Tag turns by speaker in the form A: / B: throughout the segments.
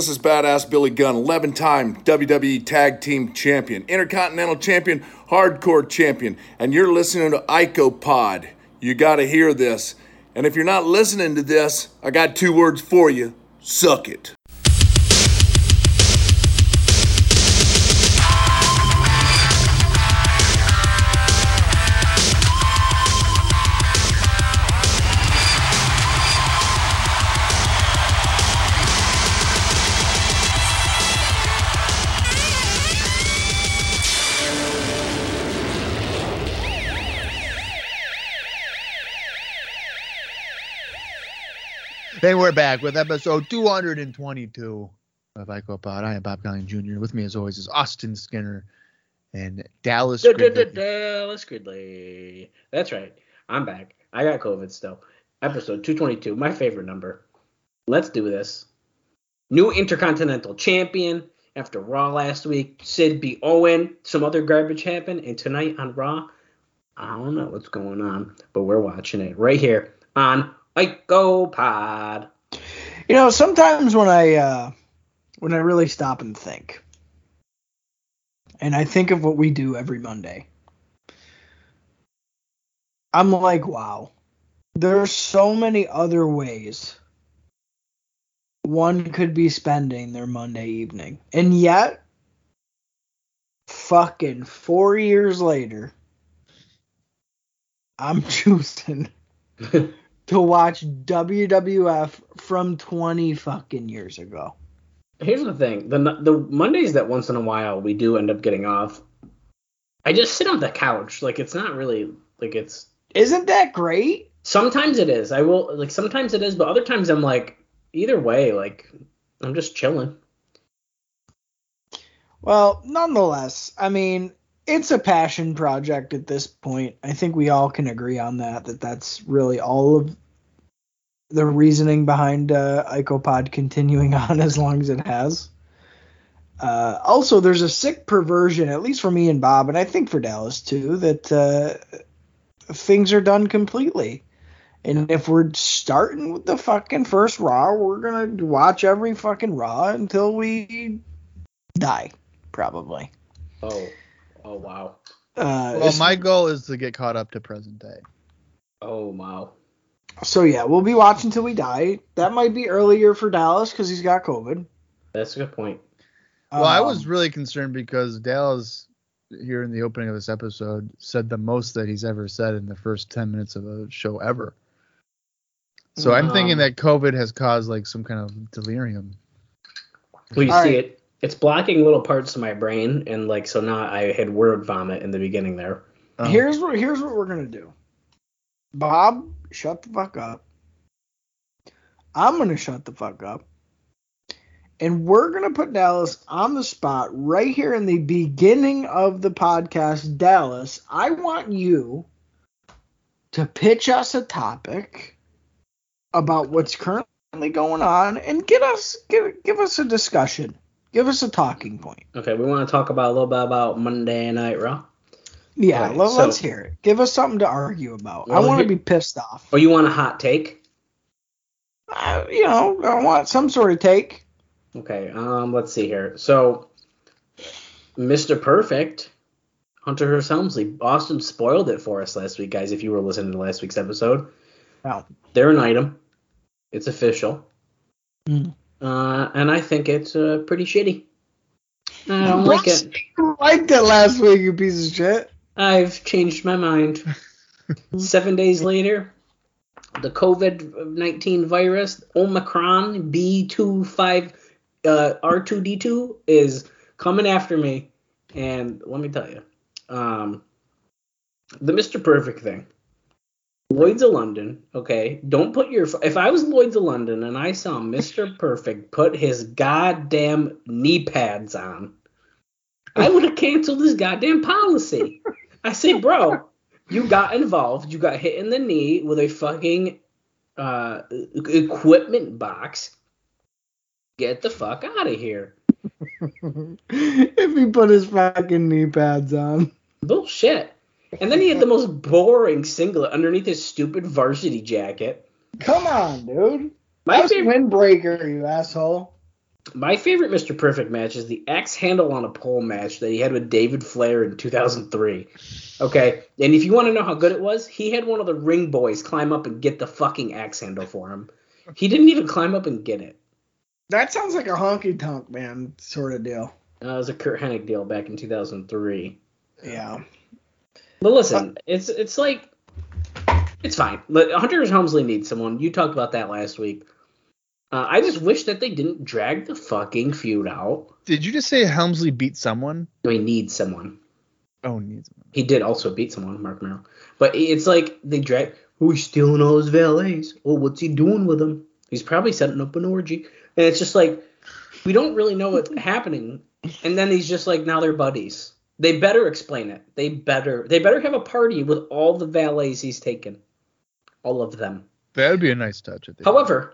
A: This is Badass Billy Gunn, 11 time WWE E Tag Team Champion, Intercontinental Champion, Hardcore Champion, and you're listening to Ico Pod. You got to hear this. And if you're not listening to this, I got two words for you suck it.
B: Hey, we're back with episode 222 of IcoPod. I am Bob Collins Jr. With me, as always, is Austin Skinner and Dallas.
C: Da, da, da,
B: Gridley.
C: Dallas Gridley. That's right. I'm back. I got COVID still. Episode 222, my favorite number. Let's do this. New Intercontinental Champion after Raw last week. Sid beat Owen. Some other garbage happened. And tonight on Raw, I don't know what's going on, but we're watching it right here on Ico Pod.
D: You know, sometimes when I uh, when I really stop and think, and I think of what we do every Monday, I'm like, wow, there are so many other ways one could be spending their Monday evening, and yet, fucking four years later, I'm choosing to watch WWF from 20 fucking years ago.
C: Here's the thing: the the Mondays that once in a while we do end up getting off. I just sit on the couch. Like it's not really like it's.
D: Isn't that great?
C: Sometimes it is. I will like sometimes it is, but other times I'm like either way. Like I'm just chilling.
D: Well, nonetheless, I mean, it's a passion project at this point. I think we all can agree on that that that's really all of the reasoning behind uh, IcoPod continuing on as long as it has. Uh, also, there's a sick perversion, at least for me and Bob, and I think for Dallas too, that uh, things are done completely. And if we're starting with the fucking first Raw, we're going to watch every fucking Raw until we die, probably.
C: Oh, oh wow,
D: Uh,
B: Well,
D: it's-
B: my goal is to get caught up to present day.
C: oh wow.
D: So yeah, we'll be watching till we die. That might be earlier for Dallas because he's got COVID.
C: That's a good point.
B: Well, I was
D: Um,
B: really concerned because Dallas, here in the opening of this episode, said the most that he's ever said in the first 10 minutes of a show ever. So I'm thinking
C: Um,
B: that COVID has caused like some kind of delirium.
C: Well, you
D: All
C: see
D: right.
C: it. It's blocking little parts of my brain, and like so now I had word vomit in the beginning there.
B: Oh.
D: here's what here's what we're gonna do. Bob, shut the fuck up. I'm gonna shut the fuck up. And we're gonna put Dallas on the spot right here in the beginning of the podcast. Dallas, I want you to pitch us a topic about what's currently going on and get us give give us a discussion. Give us a talking point.
C: Okay, we want to talk about a little bit about Monday Night Raw.
D: Yeah,
C: Alright,
D: let,
C: so-
D: let's hear it. Give us something to argue about.
C: Well,
D: I want to
C: here- Oh,
D: be pissed off.
C: Or you want a hot take?
D: I, you know, I want some sort of take.
C: Okay, um, let's see here. So, Mr. Perfect, Hunter Hearst Helmsley, Austin spoiled it for us last week, guys. If you were listening to last week's episode,
D: Wow.
C: they're an item. It's official,
D: Mm.
C: uh, and I think it's uh, pretty shitty. I don't like it.
D: You liked it last week, you piece of shit.
C: I've changed my mind. Seven days later, the COVID nineteen virus, Omicron B two five uh, R two D two is coming after me, and let me tell you, um, the Mister Perfect thing. Lloyd's of London, okay. Don't put your. If I was Lloyd's of London and I saw Mister Perfect put his goddamn knee pads on, I would have canceled this goddamn policy. I say, bro, you got involved. You got hit in the knee with a fucking uh, e- equipment box. Get the fuck out of here.
D: if he put his fucking knee pads on.
C: Bullshit. And then he had the most boring singlet underneath his stupid varsity jacket.
D: Come on, dude.
C: My
D: That's
C: favorite,
D: windbreaker, you asshole.
C: My favorite Mr. Perfect match is the axe handle on a pole match that he had with David Flair in 2003. Okay, and if you want to know how good it was, he had one of the ring boys climb up and get the fucking axe handle for him. He didn't even climb up and get it.
D: That sounds like a honky tonk man sort of deal.
C: Uh, it was a Kurt Hennig deal back in 2003.
D: Yeah.
C: But listen, it's it's like it's fine. Look, Hunter S. Helmsley needs someone. You talked about that last week. Uh, I just wish that they didn't drag the fucking feud out.
B: Did you just say Helmsley beat someone?
C: They need someone.
B: Oh, needs
C: He did also beat someone, Mark Merrill. But it's like they drag. Oh, he's stealing all his valets. Oh, what's he doing with them? He's probably setting up an orgy. And it's just like we don't really know what's happening. And then he's just like, now they're buddies. They better explain it. They better they better have a party with all the valets he's taken, all of them.
B: That would be a nice touch. I think.
C: However,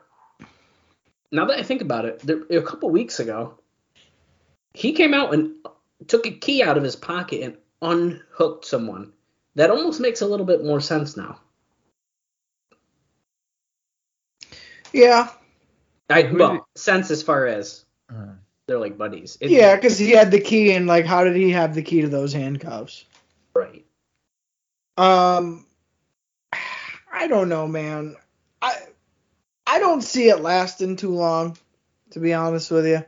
C: now that I think about it, there, a couple weeks ago, he came out and took a key out of his pocket and unhooked someone. That almost makes a little bit more sense now.
D: Yeah.
C: I
B: Who did-
C: well, sense as far as
B: Uh,
C: they're like buddies. It-
D: Yeah, because he had the key, and like, how did he have the key to those handcuffs?
C: right.
D: Um, I don't know, man. I I don't see it lasting too long, to be honest with you.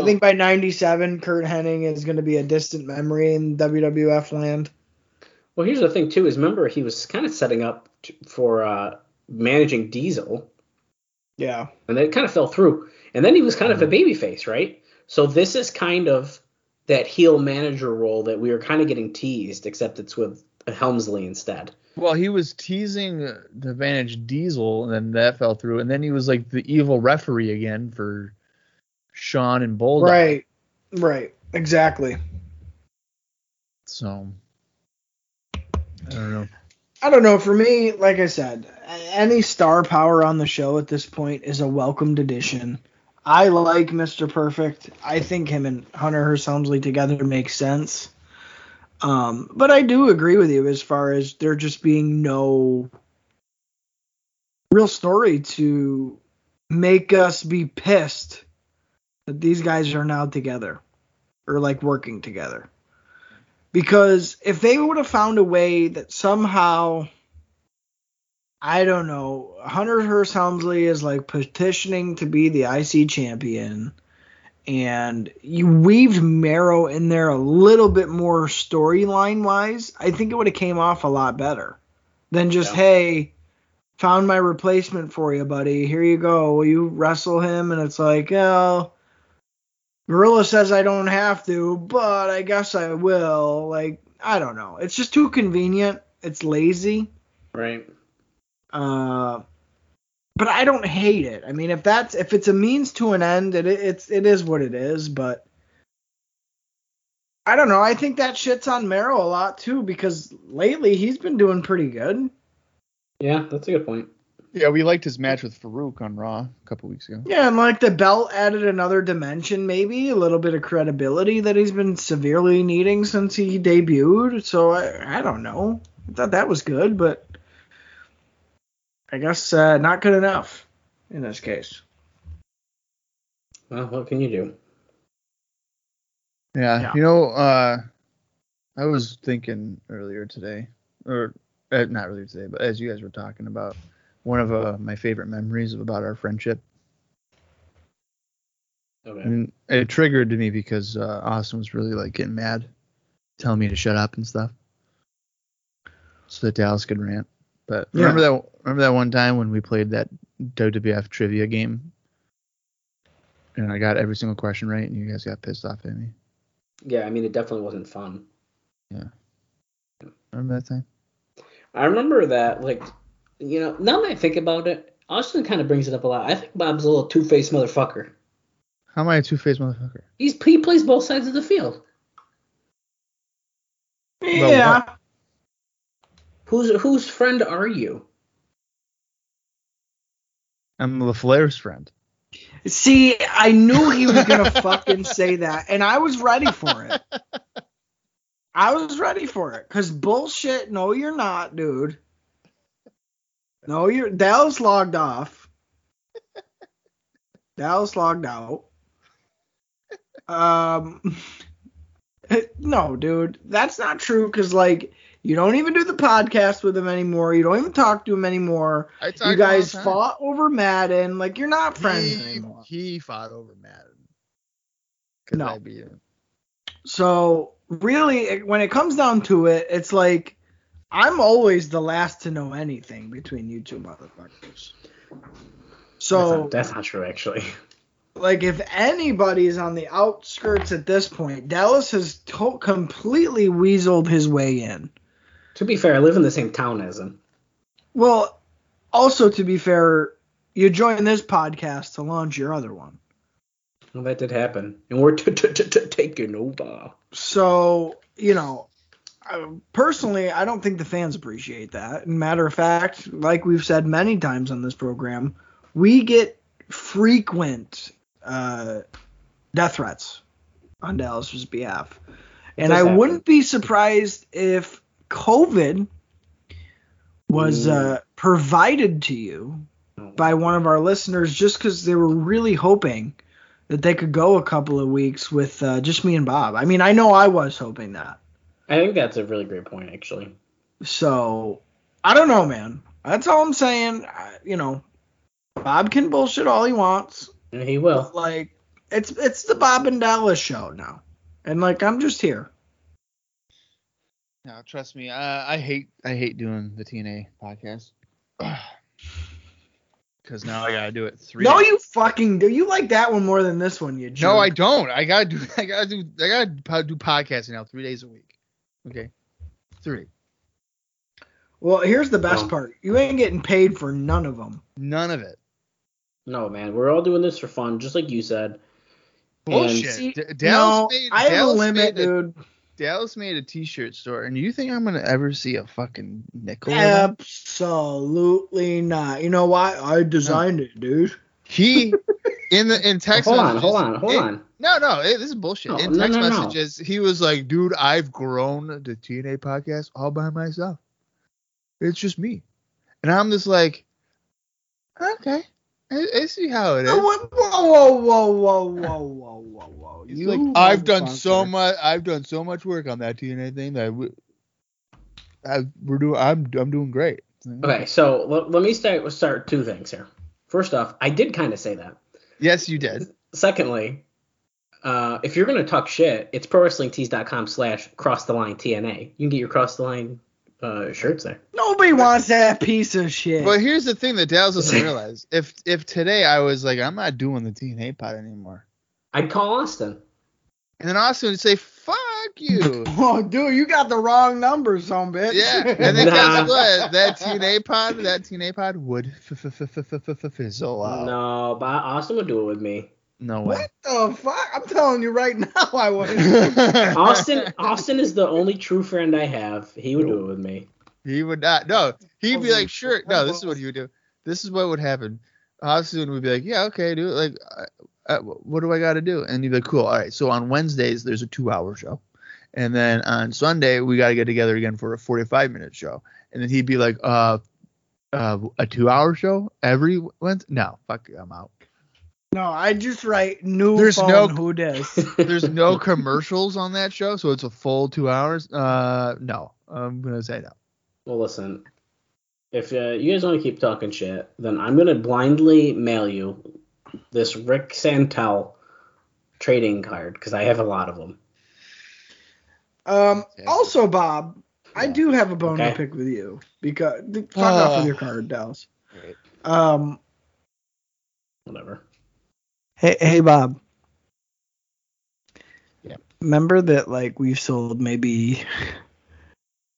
D: I think by '97, Kurt Hennig is going to be a distant memory in WWF land.
C: Well, here's the thing too is remember he was kind of setting up t- for uh, managing Diesel,
D: Yeah.
C: and then it kind of fell through. And then he was kind of a babyface, right? So this is kind of that heel manager role that we were kind of getting teased, except it's with Helmsley instead.
B: well, he was teasing uh, the Vantage Diesel, and then that fell through, and then he was like the evil referee again for Sean and Bulldog.
D: Right. Right. Exactly.
B: So I don't know.
D: I don't know. For me, like I said, a- any star power on the show at this point is a welcomed addition. I like Mr. Perfect. I think him and Hunter Hearst Helmsley together makes sense. Um, but I do agree with you as far as there just being no real story to make us be pissed that these guys are now together or like working together because if they would have found a way that somehow I don't know, Hunter Hearst Helmsley is like petitioning to be the IC champion and you weaved Marrow in there a little bit more storyline wise, I think it would have came off a lot better than just
C: Yeah.
D: hey, found my replacement for you, buddy. Here you go. Will you wrestle him? And it's like, oh, Gorilla says I don't have to, but I guess I will. Like, I don't know. It's just too convenient. It's lazy.
C: Right.
D: Uh, but I don't hate it. I mean, if that's if it's a means to an end, it it's it is what it is. But I don't know. I think that shits on Merrill a lot too because lately he's been doing pretty good.
C: Yeah, that's a good point.
B: Yeah, we liked his match with Farouk on Raw a couple weeks ago.
D: Yeah, and like the belt added another dimension, maybe a little bit of credibility that he's been severely needing since he debuted. So I, I don't know. I thought that was good, but I guess uh, not good enough in this case.
C: Well, what can you do?
B: Yeah,
D: Yeah.
B: you know, uh, I was thinking earlier today, or uh, not earlier today, but as you guys were talking about one of uh, my favorite memories about our friendship,
C: Okay.
B: and it triggered to me because uh, Austin was really like getting mad, telling me to shut up and stuff, so that Dallas could rant. But
D: Yeah.
B: remember that remember that one time when we played that WWF trivia game, and I got every single question right, and you guys got pissed off at me.
C: Yeah, I mean it definitely wasn't fun.
B: Remember that time?
C: I remember that, like, you know, now that I think about it, Austin kind of brings it up a lot. I think Bob's a little two-faced motherfucker.
B: How am I a two faced motherfucker?
C: He's he plays both sides of the field.
D: Yeah.
C: Who's whose friend are you?
B: I'm LaFleur's friend.
D: See, I knew he was gonna fucking say that, and I was ready for it. I was ready for it, cause bullshit. No, you're not, dude. No, you're. Dallas logged off. Dallas logged out. Um, no, dude, that's not true. Cause like you don't even do the podcast with him anymore. You don't even talk to him anymore.
B: I talk to him
D: You
B: all the
D: guys
B: time.
D: fought over Madden. Like you're not friends
B: He,
D: anymore.
B: he fought over Madden. 'Cause
D: No.
B: I beat him.
D: So really, it- when it comes down to it, it's like I'm always the last to know anything between you two motherfuckers.
C: that's,
D: So
C: not, that's not true, actually.
D: like if anybody's on the outskirts at this point, Dallas has to- completely weaseled his way in.
C: To be fair, I live in the same town as him.
D: Well, also to be fair, you joined this podcast to launch your other one.
C: Well, that did happen, and we're t- t- t- t- taking over.
D: So you know, I, personally, I don't think the fans appreciate that. And matter of fact, like we've said many times on this program, we get frequent uh, death threats on Dallas's behalf, and
C: does
D: I
C: happen.
D: wouldn't be surprised if COVID was
C: Ooh.
D: uh, provided to you by one of our listeners just because they were really hoping that they could go a couple of weeks with uh, just me and Bob. I mean, I know I was hoping that.
C: I think that's a really great point, actually.
D: So I don't know, man. That's all I'm saying. I, you know, Bob can bullshit all he wants,
C: And he will.
D: but like it's it's the Bob and Dallas show now, and like I'm just here.
B: No, trust me. Uh, I hate I hate doing the TNA podcast. Cause now I gotta do it three.
D: No,
B: days.
D: you fucking do. You like that one more than this one, you jerk.
B: No, I don't. I gotta do. I gotta do. I gotta po- do podcasting now three days a week. Okay, three.
D: Well, here's the best
C: No.
D: part. You ain't getting paid for none of them.
B: None of it.
C: No, man, we're all doing this for fun, just like you said.
B: Bullshit.
D: See,
B: D- Dallas
D: no,
B: made.
D: I have
B: Dallas
D: a limit,
B: made a,
D: dude.
B: Dallas made a T-shirt store, and you think I'm gonna ever see a fucking nickel? in it?
D: Absolutely not. You know why? I designed it, dude.
B: He in the in text.
C: hold on,
B: messages-
C: hold on, hold
B: in-
C: on.
B: No, no, it, this is bullshit.
C: No,
B: in
C: no,
B: text
C: no, no.
B: messages, he was like, "Dude, I've grown the TNA podcast all by myself. It's just me," and I'm just like, "Okay, I, I see how it is."
D: Whoa, whoa, whoa, whoa, whoa, whoa, whoa, whoa, whoa.
B: He's
D: You
B: like, I've done so
D: motherfucker."
B: much. I've done so much work on that TNA thing that we, I, we're doing. I'm I'm doing great.
C: Okay, so l- let me start start two things here. First off, I did kind of say that.
B: Yes, you did.
C: Secondly, uh, if you're gonna talk shit, it's prowrestlingtees.com slash cross the line TNA. You can get your cross the line uh, shirts there.
D: Nobody wants that piece of shit.
B: But here's the thing that Dallas doesn't realize: if if today I was like, I'm not doing the TNA pod anymore,
C: I'd call Austin.
B: and then Austin would say, "Fuck you."
D: oh, dude, you got the wrong number, son bitch.
B: Yeah, and then
C: Nah.
B: guess what? That TNA pod, that TNA pod would f- f- f- f- f- f- fizzle out.
C: No, but Austin would do it with me.
B: No way.
D: what the fuck? I'm telling you right now, I was.
C: Austin Austin is the only true friend I have. He would do it with me.
B: He would not. No, he'd be
D: Holy
B: like, sure. No, this is what he would do. This is what would happen. Austin would be like, yeah, okay, dude. Like, uh, uh, what do I got to do? And he'd be like, cool. All right. So on Wednesdays, there's a two-hour show, and then on Sunday we got to get together again for a 45-minute show. And then he'd be like, uh, uh a two-hour show every Wednesday? No, fuck, you, I'm out.
D: No, I just write new
B: There's
D: phone
B: no-
D: who dis.
B: There's no commercials on that show, so it's a full two hours. Uh, no, I'm gonna say no.
C: Well, listen. If uh, you guys want to keep talking shit, then I'm gonna blindly mail you this Rick Santel trading card because I have a lot of them.
D: Um,
B: Yeah.
D: also, Bob, I
C: Yeah.
D: do have a bone
C: Okay.
D: to pick with you because fuck off
B: Ugh.
D: with your card, Dallas.
B: Right.
D: Um,
C: Whatever.
D: hey, hey, Bob.
B: Yeah.
D: Remember that, like, we've sold maybe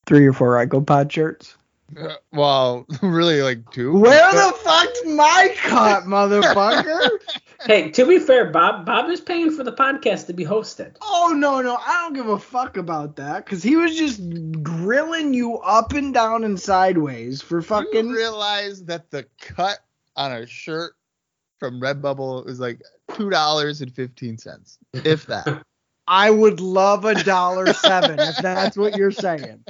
D: three or four IcoPod shirts.
B: Uh, well, really, like two.
D: Where the fuck's my cut, motherfucker?
C: Hey, to be fair, Bob Bob is paying for the podcast to be hosted.
D: Oh no, no, I don't give a fuck about that because he was just grilling you up and down and sideways for fucking.
B: you realize that the cut on a shirt from Redbubble is like two dollars and fifteen cents, if that.
D: I would love a dollar seven if that's what you're saying.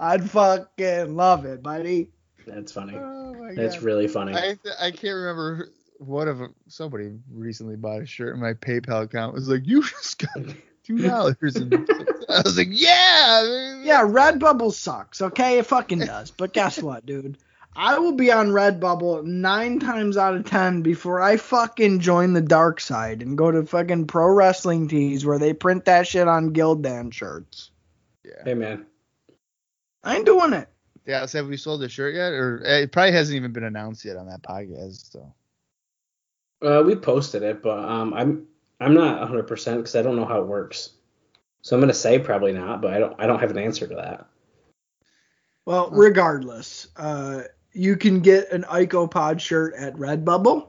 D: I'd fucking love it, buddy.
C: That's funny.
B: oh my
C: That's
B: God.
C: really funny.
B: I th- I can't remember one of 'em- somebody recently bought a shirt in my PayPal account was like, "You just got two dollars," and I was like, "Yeah, man."
D: Yeah, Redbubble sucks. Okay, it fucking does. But guess what, dude? I will be on Redbubble nine times out of ten before I fucking join the dark side and go to fucking pro wrestling tees where they print that shit on Gildan shirts.
B: yeah."
C: Hey man,
D: I ain't doing it.
B: Yeah. So have we sold the shirt yet? Or eh, it probably hasn't even been announced yet on that podcast. So
C: uh, we posted it, but um, I'm I'm not 100 percent because I don't know how it works. So I'm gonna say probably not, but I don't I don't have an answer to that.
D: Well, regardless, uh, you can get an IcoPod shirt at Redbubble.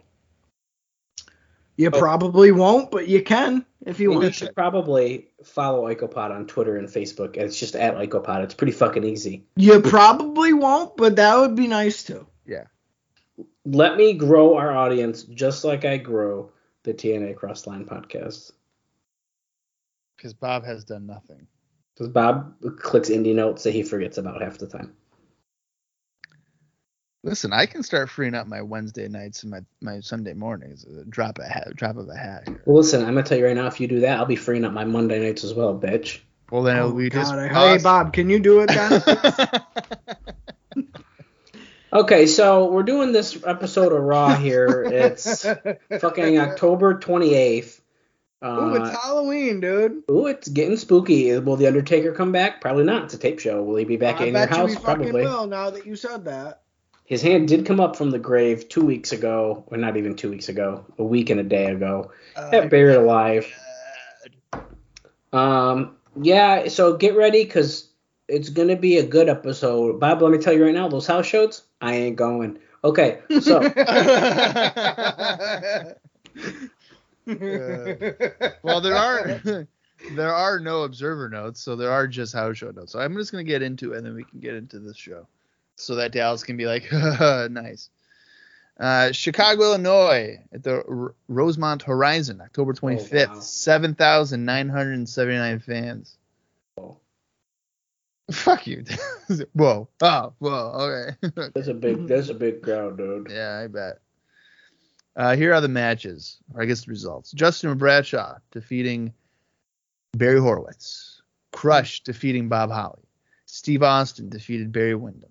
D: You
C: Oh.
D: probably won't, but you can if you
C: You
D: want.
C: should probably follow IcoPod on Twitter and Facebook. and It's just at IcoPod. It's pretty fucking easy.
D: You probably won't, but that would be nice too.
C: Let me grow our audience just like I grow the TNA Crossline podcast.
B: because Bob has done nothing.
C: Because Bob clicks indie notes that he forgets about half the time.
B: Listen, I can start freeing up my Wednesday nights and my, my Sunday mornings. Uh, Drop a hat, drop of a hat. Here.
C: Well, listen, I'm gonna tell you right now. If you do that, I'll be freeing up my Monday nights as well, bitch.
B: Well, then
D: Oh,
B: we just.
D: God, I- hey, Bob, can you do it then?
C: Okay, so we're doing this episode of Raw here. It's fucking October 28th. Uh,
D: Ooh, it's Halloween, dude.
C: ooh, it's getting spooky. Will the Undertaker come back? Probably not. It's a tape show. Will he be back
D: I
C: in
D: bet
C: your
D: you
C: house?
D: we fucking
C: Probably.
D: will now that you said that.
C: His hand did come up from the grave two weeks ago, or not even two weeks ago, a week and a day ago.
D: Uh,
C: At Buried Alive. Um, yeah, so get ready because it's going to be a good episode. Bob, let me tell you right now, those house shows, I ain't going. Okay, so
B: well, there are there are no observer notes, so there are just house show notes. So I'm just gonna get into it, and then we can get into this show, so that Dallas can be like, nice. Uh, Chicago, Illinois, at the R- Rosemont Horizon, October 25th,
C: wow.
B: 7,979 fans. Fuck you. whoa. Oh, whoa. Okay.
C: that's a big, that's a big crowd, dude.
B: Yeah, I bet. Uh, here are the matches, or I guess the results. Justin Bradshaw defeating Barry Horowitz. Crush defeating Bob Holly. Steve Austin defeated Barry Windham.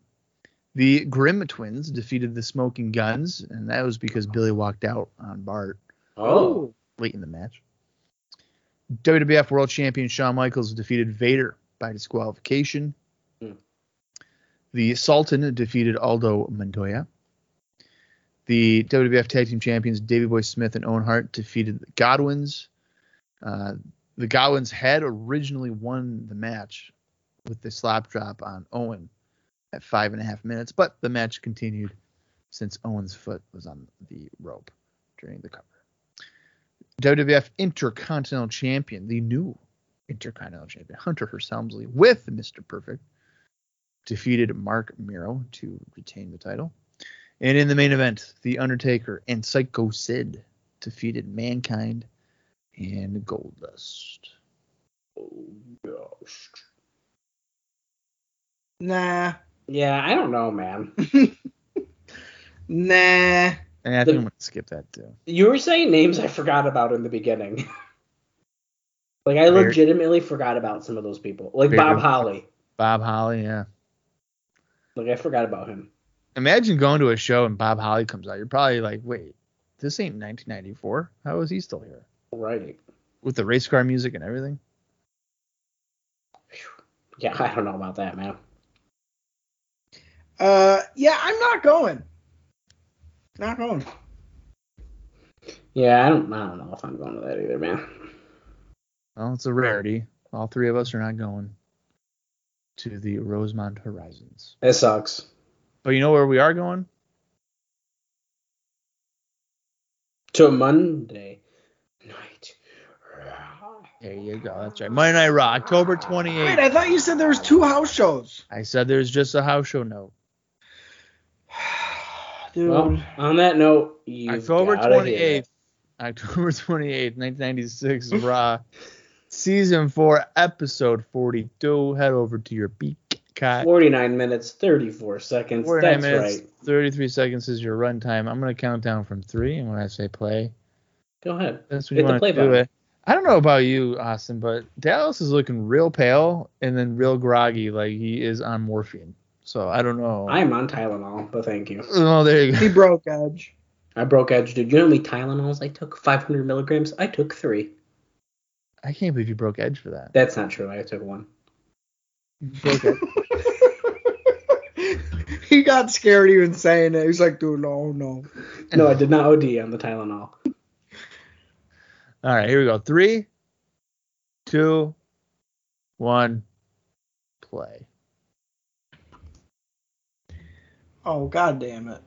B: The Grimm Twins defeated the Smoking Guns, and that was because Billy walked out on Bart
C: Oh,
B: late in the match. WWF World Champion Shawn Michaels defeated Vader by disqualification.
C: Hmm.
B: The Sultan defeated Aldo Montoya. The WWF Tag Team Champions Davey Boy Smith and Owen Hart defeated the Godwins. Uh, the Godwins had originally won the match with the slap drop on Owen at five and a half minutes, but the match continued since Owen's foot was on the rope during the cover. WWF Intercontinental Champion, the new Intercontinental Champion, Hunter Hearst Helmsley, with Mr. Perfect, defeated Mark Miro to retain the title. And in the main event, The Undertaker and Psycho Sid defeated Mankind and Goldust.
C: Oh, gosh.
D: nah,
C: Yeah, I don't know, man.
D: nah.
B: And I think
C: The-
B: I'm going to skip that too.
C: You were saying names I forgot about in the beginning. like I
B: Barry-
C: legitimately forgot about some of those people. Like
B: Barry-
C: Bob Holly.
B: Bob Holly, yeah.
C: Like I forgot about him.
B: Imagine going to a show and Bob Holly comes out. You're probably like, wait, this ain't 1994. How is he still here?
C: Right.
B: With the race car music and everything?
C: Yeah, I don't know about that, man.
D: Uh, yeah, I'm not going. Not going.
C: Yeah, I don't I don't know if I'm going to that either, man.
B: Well, it's a rarity. All three of us are not going to the Rosemont Horizons.
C: That sucks.
B: But you know where we are going?
C: To Monday night.
B: There you go. That's right. Monday Night Raw, October 28th.
D: Wait, I thought you said there was two house shows.
B: I said there's just a house show note.
D: Dude.
C: Well, on that note, you
B: October 28th. October 28th, 1996, Raw, Season 4, Episode 42. Head over to your beak Cat.
C: 49 minutes, 34 seconds.
B: 49
C: That's
B: minutes,
C: right.
B: 33 seconds is your run time. I'm going to count down from three, and when I say play,
C: Go ahead.
B: that's when
C: Hit
B: you
C: the
B: want
C: play
B: to do
C: button.
B: it. I don't know about you, Austin, but Dallas is looking real pale and then real groggy, like he is on morphine. So I don't know.
C: I'm on Tylenol, but thank you.
B: oh, there you go.
D: He broke Edge.
C: I broke edge, dude. You know how many Tylenols I took? 500 milligrams? I took three.
B: I can't believe you broke edge for that.
C: That's not true. I took one.
B: You broke edge.
D: he got scared even saying it. He was like, dude, no, no.
C: No, I did not OD on the Tylenol.
B: All right, here we go. Three, two, one, play.
D: Oh, god damn it.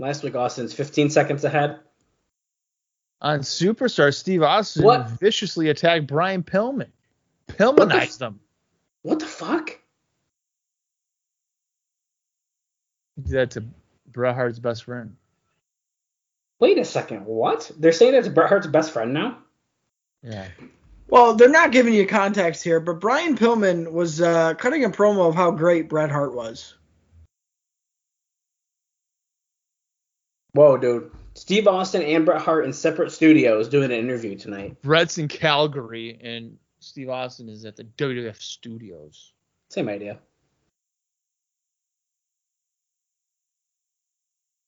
C: Last week, Austin's 15 seconds ahead.
B: On Superstar, Steve Austin
C: What?
B: viciously attacked Brian Pillman.
C: What the
B: Pillmanized
C: f-
B: them.
C: What the fuck?
B: He did that to Bret Hart's best friend.
C: Wait a second. What? They're saying that's Bret Hart's best friend now?
B: Yeah.
D: Well, they're not giving you context here, but Brian Pillman was uh, cutting a promo of how great Bret Hart was.
C: Whoa, dude. Steve Austin and Bret Hart in separate studios doing an interview tonight.
B: Bret's in Calgary, and Steve Austin is at the WWF studios.
C: Same idea.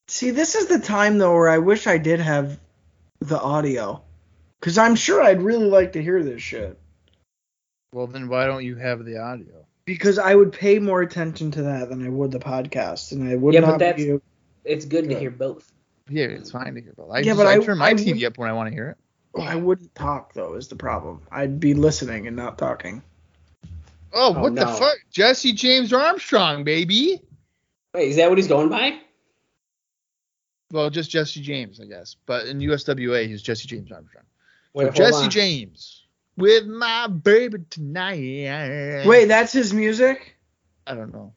D: See, this is the time though where I wish I did have the audio, because I'm sure I'd really like to hear this shit.
B: Well, then why don't you have the audio?
D: Because I would pay more attention to that than I would the podcast, and I would
C: Yeah, but
D: not.
C: that's-
D: be,
C: It's good to
B: Good.
C: hear both.
B: Yeah, it's fine to hear, but I,
D: Yeah,
B: just,
D: but
B: I,
D: I-
B: turn my
D: I
B: TV up when I want to hear it.
D: Oh, I wouldn't talk though. Is the problem? I'd be listening and not talking.
B: Oh,
C: Oh,
B: what the
C: no.
B: fuck? Jesse James Armstrong, baby.
C: Wait, is that what he's going by?
B: Well, just Jesse James, I guess. But in USWA, he's Jesse James Armstrong.
C: Wait, hold
B: Jesse
C: on.
B: James with my baby tonight.
D: Wait, that's his music.
B: I don't know.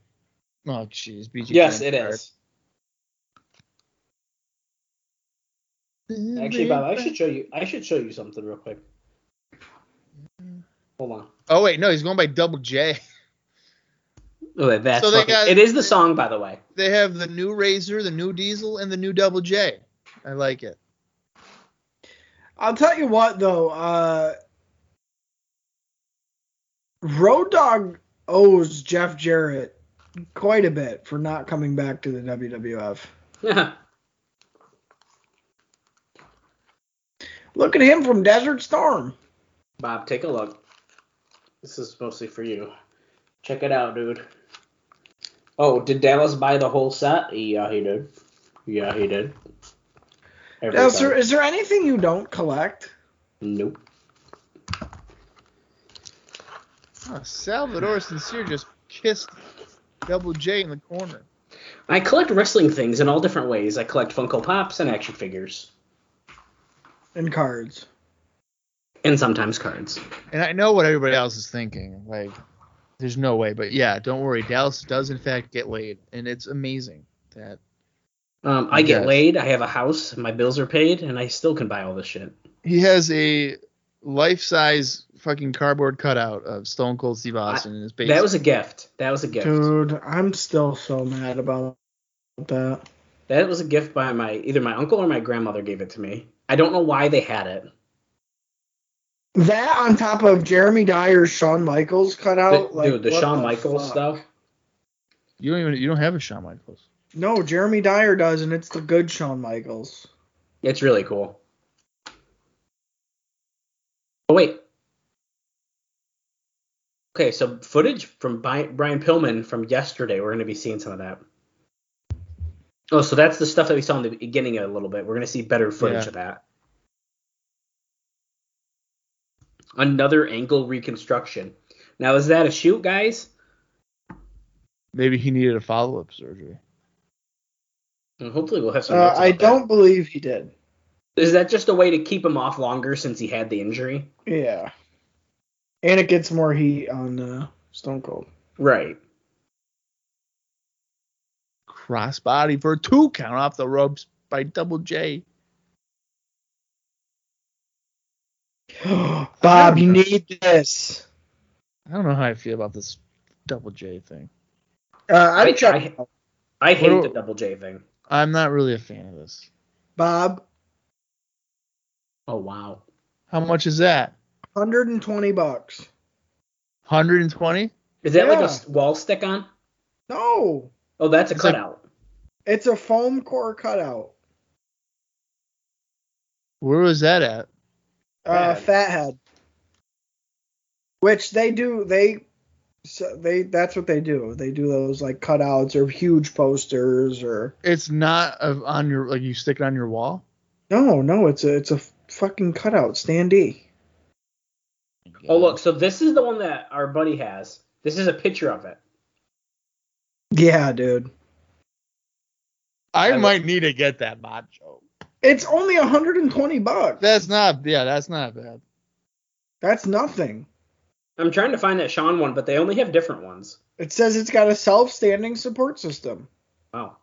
B: Oh, jeez. BG.
C: Yes,
B: James
C: it
B: Hart.
C: is. Actually, Bob, I should show you. I should show you something real quick. Hold on.
B: Oh wait, no, he's going by Double J.
C: Oh, that's
B: So they
C: fucking-
B: got-
C: it. Is the song, by the way?
B: They have the new Razor, the new Diesel, and the new Double J. I like it.
D: I'll tell you what though, uh Road Dog owes Jeff Jarrett quite a bit for not coming back to the WWF. Look at him from Desert Storm.
C: Bob, take a look. This is mostly for you. Check it out, dude. Oh, did Dallas buy the whole set? Yeah, he did. Yeah, he did. Every
D: Now,
C: time.
D: sir, is there anything you don't collect?
C: Nope.
B: Oh, Salvador Sincere just kissed Double J in the corner.
C: I collect wrestling things in all different ways. I collect Funko Pops and action figures,
D: And cards.
C: and sometimes cards.
B: And I know what everybody else is thinking. Like, there's no way. But yeah, don't worry. Dallas does in fact get laid, and it's amazing that
C: Um, I get
B: Yes.
C: laid. I have a house. My bills are paid, and I still can buy all this shit.
B: he has a life-size fucking cardboard cutout of Stone Cold Steve Austin in his basement.
C: That was a gift. That was a gift.
D: Dude, I'm still so mad about that.
C: That was a gift by my either my uncle or my grandmother gave it to me. I don't know why they had it.
D: That on top of Jeremy Dyer's Shawn Michaels cutout.
C: The-
D: Oh, like,
C: dude, the
D: what
C: Shawn
D: the
C: Michaels
D: fuck?
C: stuff.
B: you don't even you don't have a Shawn Michaels.
D: No, Jeremy Dyer does, and it's the good Shawn Michaels.
C: It's really cool. Oh wait. Okay, so footage from Bi- Brian Pillman from yesterday. We're gonna be seeing some of that. Oh, so that's the stuff that we saw in the beginning a little bit. We're gonna see better footage
B: Yeah.
C: of that. Another angle reconstruction. Now is that a shoot, guys?
B: Maybe he needed a follow-up surgery.
C: And hopefully we'll have some.
D: Uh,
C: notes
D: I
C: about that.
D: don't believe he did.
C: Is that just a way to keep him off longer since he had the injury?
D: Yeah. And it gets more heat on uh, Stone Cold.
C: Right.
B: Crossbody for a two count off the ropes by Double J.
D: Bob, you need this.
B: I don't know how I feel about this double J thing.
D: Uh,
C: I,
D: I'm checking.
C: I, I hate
B: What
C: the
B: do-
C: double J thing.
B: I'm not really a fan of this.
D: Bob,
C: Oh wow.
B: How much is that?
D: 120 bucks.
B: 120?
C: Is that like a
D: Yeah.
C: s- wall stick on?
D: No,
C: Oh, that's a
B: It's like-
C: cutout.
D: it's a foam core cutout.
B: Where was that at?
D: Uh,
C: Fathead.
D: Fathead. Which they do. They so they that's what they do. They do those like cutouts or huge posters or
B: It's not of on your like you stick it on your wall.
D: no, no. It's a it's a fucking cutout standee.
C: oh look, so this is the one that our buddy has. This is a picture of it.
D: Yeah, dude.
B: I
C: I
B: might need to get that macho.
D: It's only 120 bucks.
B: That's not yeah, that's not bad.
D: that's nothing.
C: I'm trying to find that Sean one, but they only have different ones.
D: It says it's got a self-standing support system.
C: Wow.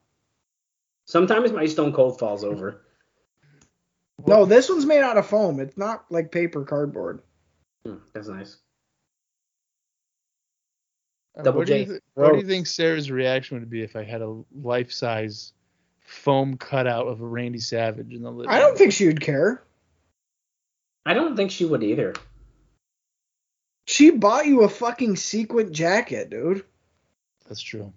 C: Sometimes my stone cold falls over.
D: No, this one's made out of foam. It's not like paper cardboard.
C: Hmm, that's nice.
B: Uh,
C: Double
B: what do
C: J.
B: you thi- what do you
C: Gross.
B: think Sarah's reaction would be if I had a life size foam cutout of Randy Savage in the living
D: I don't
B: room?
D: think she would care.
C: I don't think she would either.
D: She bought you a fucking sequin jacket, dude.
B: that's true.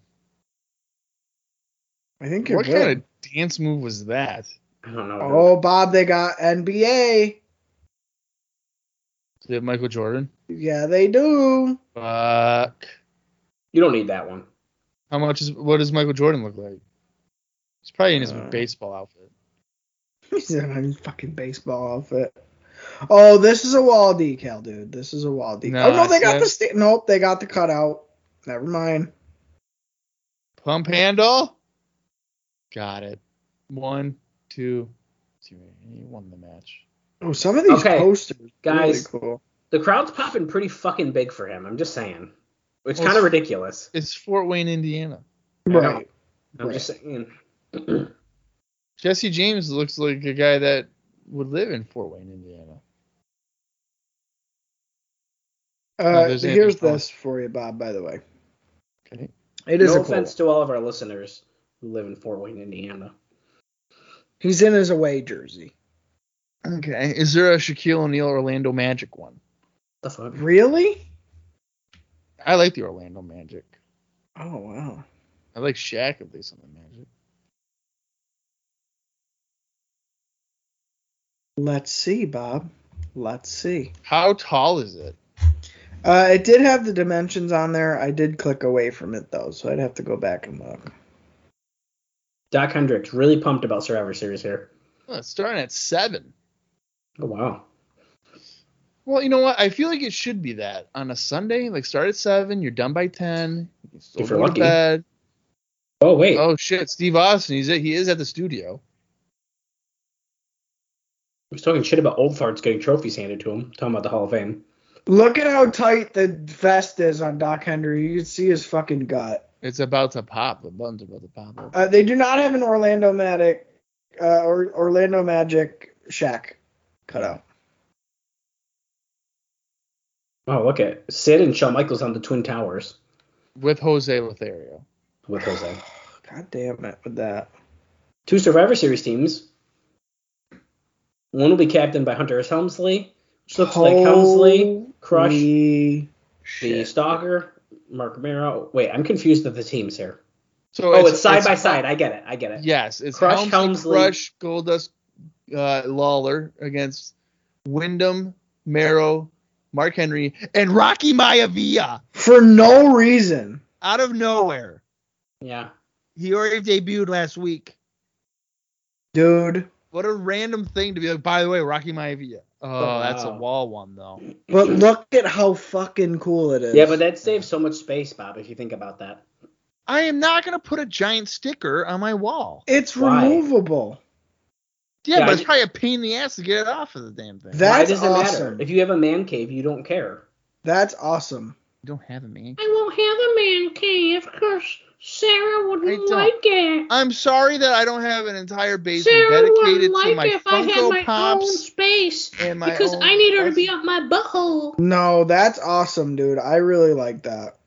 D: I think you're
B: What
D: good.
B: kind of dance move was that?
C: I don't know. dude.
D: Oh, Bob, they got NBA.
B: Did Michael Jordan?
D: Yeah, they do.
B: Fuck.
C: You don't need that one.
B: How much is what does Michael Jordan look like? He's probably in his
D: Uh,
B: baseball outfit.
D: He's in a fucking baseball outfit. Oh, this is a wall decal, dude. This is a wall decal.
B: No,
D: oh no, they
B: it's
D: got
B: not-
D: the sta- nope, they got the cutout. Never mind.
B: Pump handle. Got it. One, two, three. You won the match.
D: Oh, some of these
C: Okay,
D: posters, are
C: guys.
D: really cool.
C: The crowd's popping pretty fucking big for him. I'm just saying. It's
B: Well,
C: kind
B: it's-
C: of ridiculous.
B: It's Fort Wayne, Indiana.
C: know.
D: Right.
C: I'm
D: right.
C: just saying.
B: Jesse James looks like a guy that would live in Fort Wayne, Indiana.
D: Uh,
B: there's Anthony
D: here's
B: Paul.
D: this for you, Bob. By the way,
B: Okay.
D: it is
C: no
D: a cool.
C: offense to all of our listeners who live in Fort Wayne, Indiana.
D: He's in his away jersey.
B: Okay. Is there a Shaquille O'Neal Orlando Magic one?
C: The fuck?
D: Really?
B: I like the Orlando Magic.
D: Oh wow.
B: I like Shaq at least on the Magic.
D: Let's see, Bob. Let's see.
B: How tall is it?
D: Uh, it did have the dimensions on there. I did click away from it though, so I'd have to go back and look.
C: Doc Hendricks really pumped about Survivor Series here.
B: Oh, it's starting at seven.
C: Oh wow.
B: Well, you know what? I feel like it should be that on a Sunday. Like start at seven, you're done by ten. You can still
C: If you're
B: go to
C: lucky.
B: bed.
C: Oh wait.
B: Oh shit, Steve Austin. He's at, he is at the studio.
C: He was talking shit about old farts getting trophies handed to him. Talking about the Hall of Fame.
D: Look at how tight the vest is on Doc Henry. You can see his fucking gut.
B: It's about to pop. The button's about to pop. Up.
D: Uh, they do not have an Orlando Magic, uh, or Orlando Magic Shack cutout.
C: Oh look at Sid and Shawn Michaels on the Twin Towers
B: With Jose Lothario.
C: with Jose.
D: God damn it with that.
C: Two Survivor Series teams. One will be captained by Hunter S. Helmsley, which looks like Helmsley, Crush,
D: Holy
C: the
D: shit.
C: Stalker, Mark Romero. Wait, I'm confused with the teams here.
B: So
C: Oh, it's, side by side. I get it. I get it.
B: Yes, it's
C: Crush
B: Helmsley,
C: Helmsley.
B: Crush, Goldust, uh, Lawler against Wyndham, Marrow, Mark Henry, and Rocky Maivia
D: For no reason.
B: out of nowhere.
C: Yeah.
B: He already debuted last week.
D: Dude.
B: What a random thing to be like. By the way, Rocky Maivia. Oh,
C: Oh,
B: that's a
C: wow.
B: wall one though.
D: But look at how fucking cool it is.
C: Mm-hmm. Yeah, but that saves so much space, Bob, if you think about that.
B: I am not gonna put a giant sticker on my wall.
D: it's
C: Why?
D: removable.
B: Yeah,
C: Yeah,
B: but
C: I
B: it's
C: ju-
B: probably a pain in the ass to get it off of the damn thing.
D: That- That's
C: Why does it
D: awesome.
C: matter? If you have a man cave, you don't care.
D: That's awesome.
B: you don't have a man.
C: I won't have a man cave because Sarah
B: I don't. like
C: it.
B: I'm sorry that I don't have an entire basement dedicated to my Funko Pops
C: space
B: and my own
C: up my butthole.
D: No, that's awesome, dude. I really like that.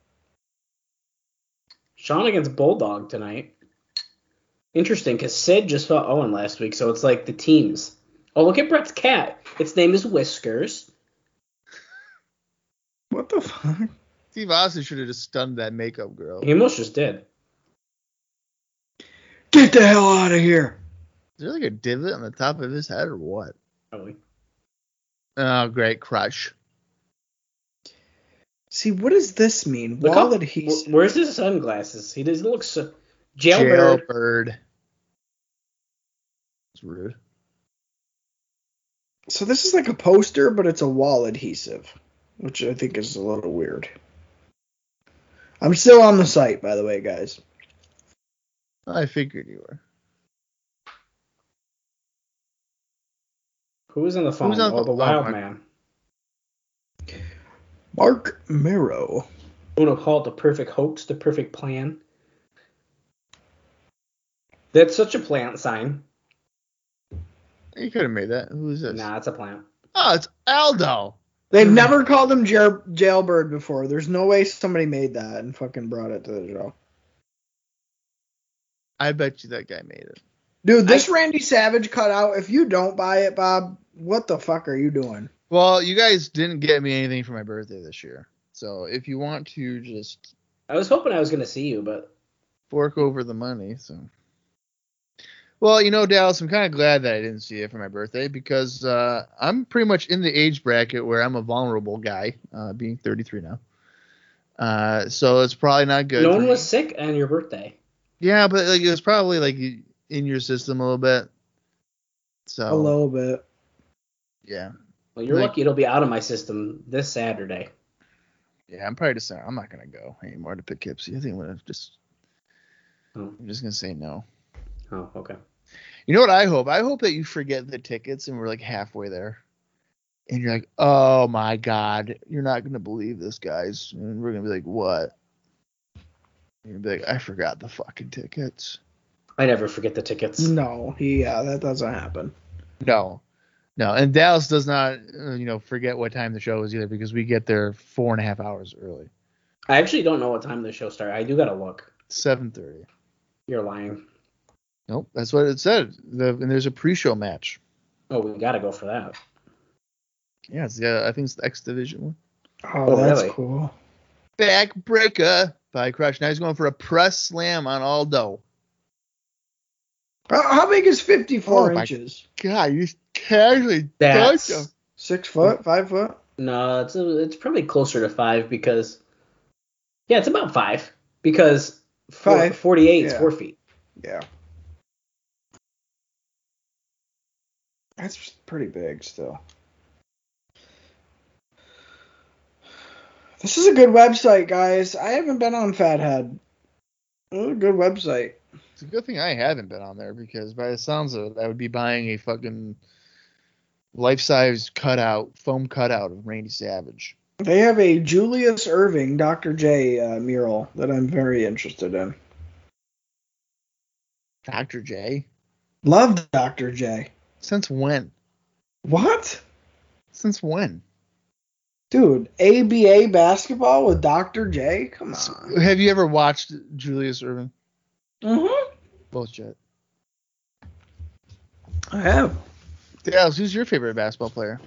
C: Sean against Bulldog tonight. Interesting, because Sid just fought Owen last week, so it's like the teams. Oh, look at Brett's cat. Its name is Whiskers.
D: What the fuck?
B: Steve Austin should have just stunned that makeup girl.
C: He almost just did.
D: Get the hell out of here.
B: Is there like a divot on the top of his head or what?
C: Probably.
B: Oh, great crush.
D: See, what does this mean?
C: Look
D: Wall
C: up-
D: that he's
C: wh- Where's his sunglasses? He doesn't look so. Jailbird.
B: Jailbird. It's rude.
D: so this is like a poster, but it's a wall adhesive, which I think is a little weird. I'm still on the site, by the way, guys.
B: I figured you were.
C: Who was on the phone?
B: on
C: oh,
B: the-
C: the
B: oh,
C: Wild
B: my-
C: Man.
D: Mark Miro.
C: Uno called it the perfect hoax, the perfect plan. That's such a plant sign.
B: You could have made that. Who is this?
C: Nah, it's a plant.
B: Oh, it's Aldo.
D: They've never called him jail- jailbird before. There's no way somebody made that and fucking brought it to the show.
B: I bet you that guy made it.
D: Dude, this Randy Savage cutout, if you don't buy it, Bob, what the fuck are you doing?
B: Well, you guys didn't get me anything for my birthday this year. So if you want to just
C: I was hoping I was gonna see you, but
B: fork over the money, so well, you know, Dallas, I'm kind of glad that I didn't see it for my birthday because uh, I'm pretty much in the age bracket where I'm a vulnerable guy, uh, being 33 now. Uh, so it's probably not good.
C: no
B: for
C: one
B: me.
C: was sick on your birthday.
B: Yeah, but like it was probably like in your system a little bit. So
D: A little bit.
B: yeah,
C: Well, you're
B: Like-
C: lucky it'll be out of my system this Saturday.
B: yeah, I'm probably just not, I'm not gonna go anymore to Poughkeepsie. I think I'm gonna just
C: Oh.
B: I'm just gonna say no.
C: Oh, okay.
B: You know what I hope? I hope that you forget the tickets and we're like halfway there. And you're like, oh my God, you're not going to believe this, guys. And we're going to be like, what? And you're gonna be like, I forgot the fucking tickets.
C: I never forget the tickets.
D: No, he, yeah, that doesn't happen.
B: No, no. And Dallas does not, uh, you know, forget what time the show is either because we get there four and a half hours early,
C: I actually don't know what time the show starts. I do gotta look.
B: 7.30.
C: You're lying.
B: Nope, that's what it said. The, and there's a pre-show match.
C: Oh, we gotta go for that.
B: Yeah, it's the, uh, I think it's the X Division one.
D: Oh,
C: Oh,
D: that's
C: really?
D: cool.
B: Backbreaker by Crush. Now he's going for a press slam on Aldo.
D: How, how big is 54
B: Oh, my-
D: inches?
B: God, you just casually
C: That's
B: touch him.
D: Six foot? Five foot?
C: no, it's it's probably closer to five because yeah, it's about five because four,
D: Five,
C: 48 is
D: yeah.
C: four feet.
D: Yeah. That's pretty big still. This is a good website, guys. I haven't been on Fathead. This is a good website.
B: It's a good thing I haven't been on there because by the sounds of it, I would be buying a fucking life-size cutout, foam cutout of Randy Savage.
D: They have a Julius Irving, Dr. J uh, mural that I'm very interested in.
B: Dr. J?
D: Love Dr. J.
B: Since when?
D: What?
B: Since when?
D: Dude, ABA basketball with Dr. J? Come on.
B: Have you ever watched Julius Irving?
D: Mm-hmm.
B: Bullshit.
D: I have.
B: Dallas, who's your favorite basketball player?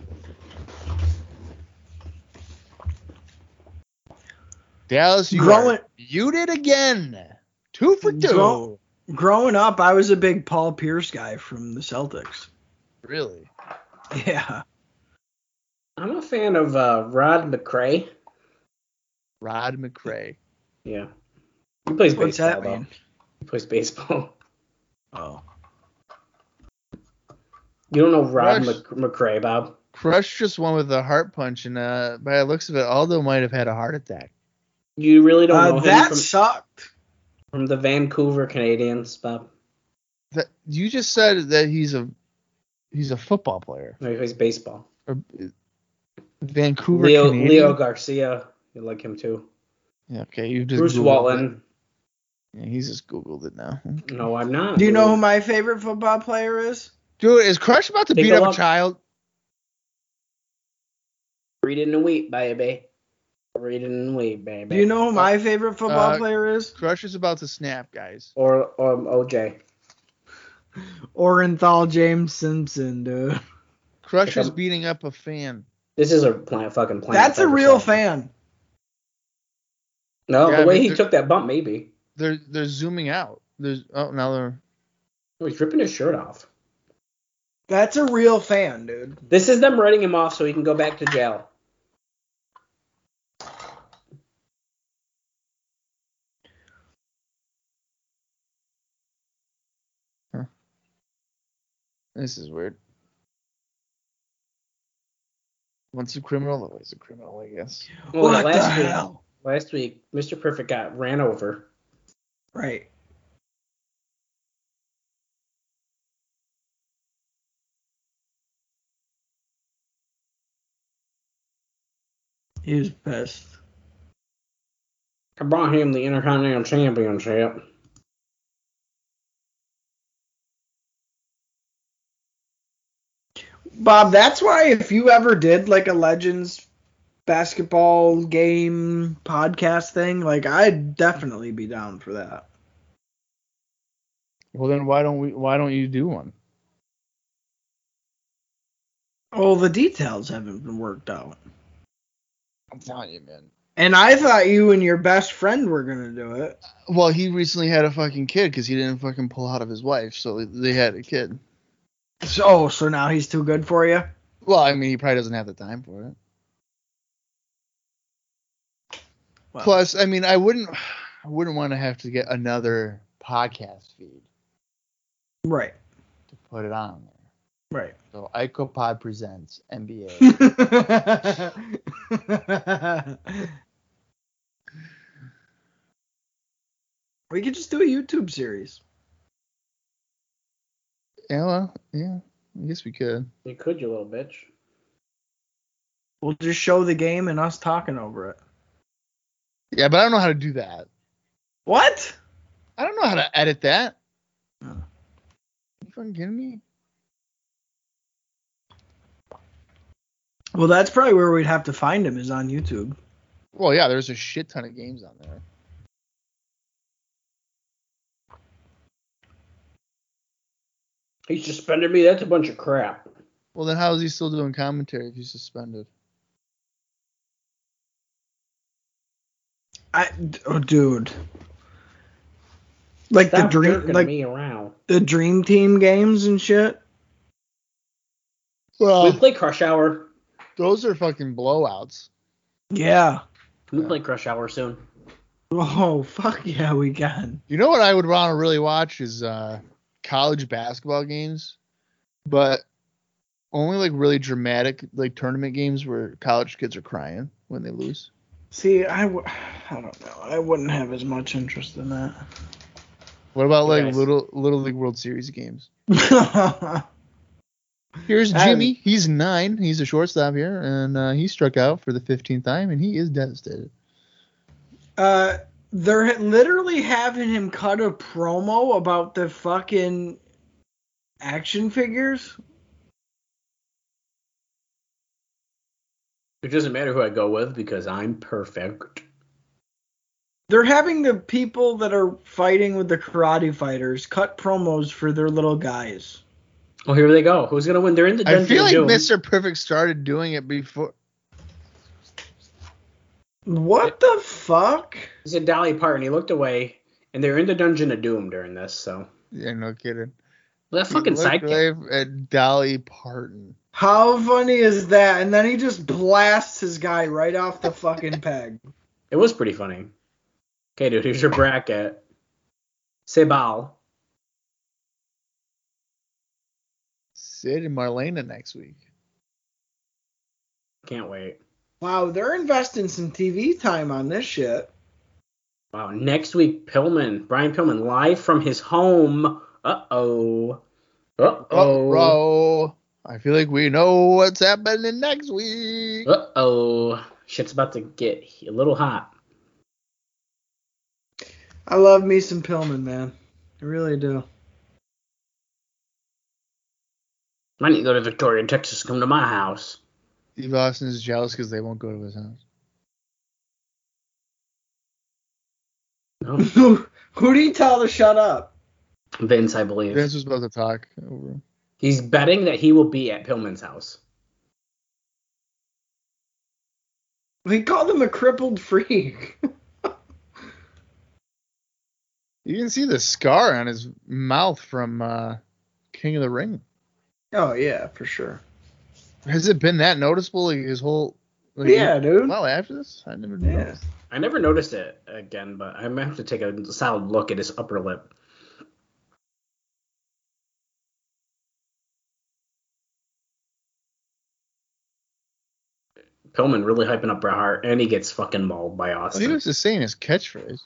B: Dallas, you
D: Growing-
B: are muted again. Two for two.
D: Grow- Growing up, I was a big Paul Pierce guy from the Celtics.
B: really?
D: Yeah.
C: I'm a fan of uh, Rod McRae.
B: Rod McRae.
C: Yeah. He plays
D: What's
C: baseball.
D: that
C: though.
D: mean?
C: He plays baseball.
D: Oh.
C: You don't know Rod
B: Rush.
C: Mc- McRae, Bob?
B: Crush just won with a heart punch, and uh, by the looks of it, Aldo might have had a heart attack.
C: You really don't know
D: Uh,
C: him
D: that
C: from,
D: sucked.
C: from the Vancouver Canadians, Bob.
B: That you just said that he's a he's a football player.
C: No, he plays baseball.
B: Or, uh, Vancouver
C: Leo
B: Canadian?
C: Leo Garcia, you like him too.
B: Yeah, Okay, you just
C: Bruce
B: Googled it.
C: Wallen.
B: Yeah, he's just googled it now.
C: No, I'm not.
D: Do you know who my favorite football player is?
B: Dude, is Crush about to
C: Take
B: beat
C: a
B: up a
C: look.
B: child?
C: Read in a week, baby. Reading Wade, baby.
D: Do you know who my favorite football
B: Uh,
D: player is?
B: Crush is about to snap, guys.
C: Or um, or OJ.
D: Orenthal James Simpson, dude.
B: Crush
C: Like,
B: is
C: I'm-
B: being up a fan.
C: This is a plan, fucking plan.
D: That's a real fan.
C: No,
B: Yeah, I
C: the way
B: mean,
C: he
B: they're-
C: took that bump, maybe.
B: They're they're zooming out. There's oh now they're
C: Oh, He's ripping his shirt off.
D: That's a real fan, dude.
C: This is them writing him off so he can go back to jail.
B: this is weird. Once a criminal, always a criminal, I guess.
C: Well,
D: what the
C: last week,
D: hell?
C: last week, Mr. Perfect got ran over.
D: Right. He was pissed.
C: I brought him the Intercontinental Championship.
D: Bob, that's why if you ever did like a Legends basketball game podcast thing, like I'd definitely be down for that.
B: Well then why don't we why don't you do one?
D: All the details haven't been worked out.
B: I'm telling you, man.
D: And I thought you and your best friend were gonna do it.
B: Well, he recently had a fucking kid because he didn't fucking pull out of his wife, so they had a kid.
D: So, oh, so now he's too good for you?
B: Well, I mean, he probably doesn't have the time for it.
D: Well.
B: Plus, I mean, I wouldn't, I wouldn't want to have to get another podcast feed
D: Right,
B: to put it on there.
D: right.
B: So IcoPod presents NBA.
D: we could just do a YouTube series.
B: yeah, well, yeah, I guess we could.
C: You could, you little bitch.
D: We'll just show the game and us talking over it.
B: Yeah, but I don't know how to do that.
D: What?
B: I don't know how to edit that.
D: Oh.
B: You fucking kidding me?
D: Well, that's probably where we'd have to find him is on YouTube.
B: Well, yeah, there's a shit ton of games on there.
C: He suspended me. That's a bunch of crap.
B: Well, then how is he still doing commentary if he's suspended?
D: I, oh, dude. Like
C: Stop
D: the dream,
C: jerking
D: like
C: me around.
D: the dream team games and shit.
C: We
D: Oh.
B: Well,
C: play Crush Hour.
B: those are fucking blowouts.
D: Yeah.
C: We play Crush Hour soon.
D: Oh fuck yeah, we can.
B: You know what I would want to really watch is uh, college basketball games, but only like really dramatic like tournament games where college kids are crying when they lose.
D: See, I, w- I don't know. I wouldn't have as much interest in that.
B: What about like
C: Nice.
B: little little league World Series games?
D: Here's
B: Here's Jimmy. He's nine. He's a shortstop here, and uh, he struck out for the 15th time, and he is devastated.
D: Uh, they're literally having him cut a promo about the fucking action figures.
C: It doesn't matter who I go with because I'm perfect.
D: They're having the people that are fighting with the karate fighters cut promos for their little guys.
C: Oh, here they go. Who's gonna win? They're in the dungeon.
B: I feel like
C: of doom.
B: Mr. Perfect started doing it before.
D: What the fuck?
C: He's at Dolly Parton. He looked away, and they're in the dungeon of doom during this. So
B: Yeah, no kidding.
C: that fucking
B: Look
C: sidekick.
B: live at Dolly Parton.
D: How funny is that? And then he just blasts his guy right off the fucking peg.
C: It was pretty funny. Okay, dude. Here's your bracket. Sebal.
B: Sid and Marlena next week.
C: Can't wait.
D: Wow, they're investing some TV time on this shit.
C: Wow. Next week, Pillman. Brian Pillman live from his home. Uh oh. Uh
B: Oh,
C: oh.
B: bro. I feel like we know what's happening next week.
C: Uh oh. Shit's about to get a little hot.
D: I love me some Pillman, man. I really do.
C: I need to go to Victoria, Texas. Come to my house.
B: Steve Austin is jealous because they won't go to his house.
C: know.
D: Who do you tell to shut up?
C: Vince, I believe.
B: Vince was about to talk over him.
C: He's betting that he will be at Pillman's house.
D: They called him a crippled freak.
B: You can see the scar on his mouth from uh, King of the Ring.
D: oh yeah, for sure.
B: Has it been that noticeable? Like, his whole like,
D: yeah, dude.
B: Wow, after this, I never.
D: yeah.
B: noticed.
C: I never noticed it again, but I'm gonna have to take a solid look at his upper lip. Pillman really hyping up Brahart, and he gets fucking mauled by
B: Well, he
C: Austin.
B: was just saying his catchphrase.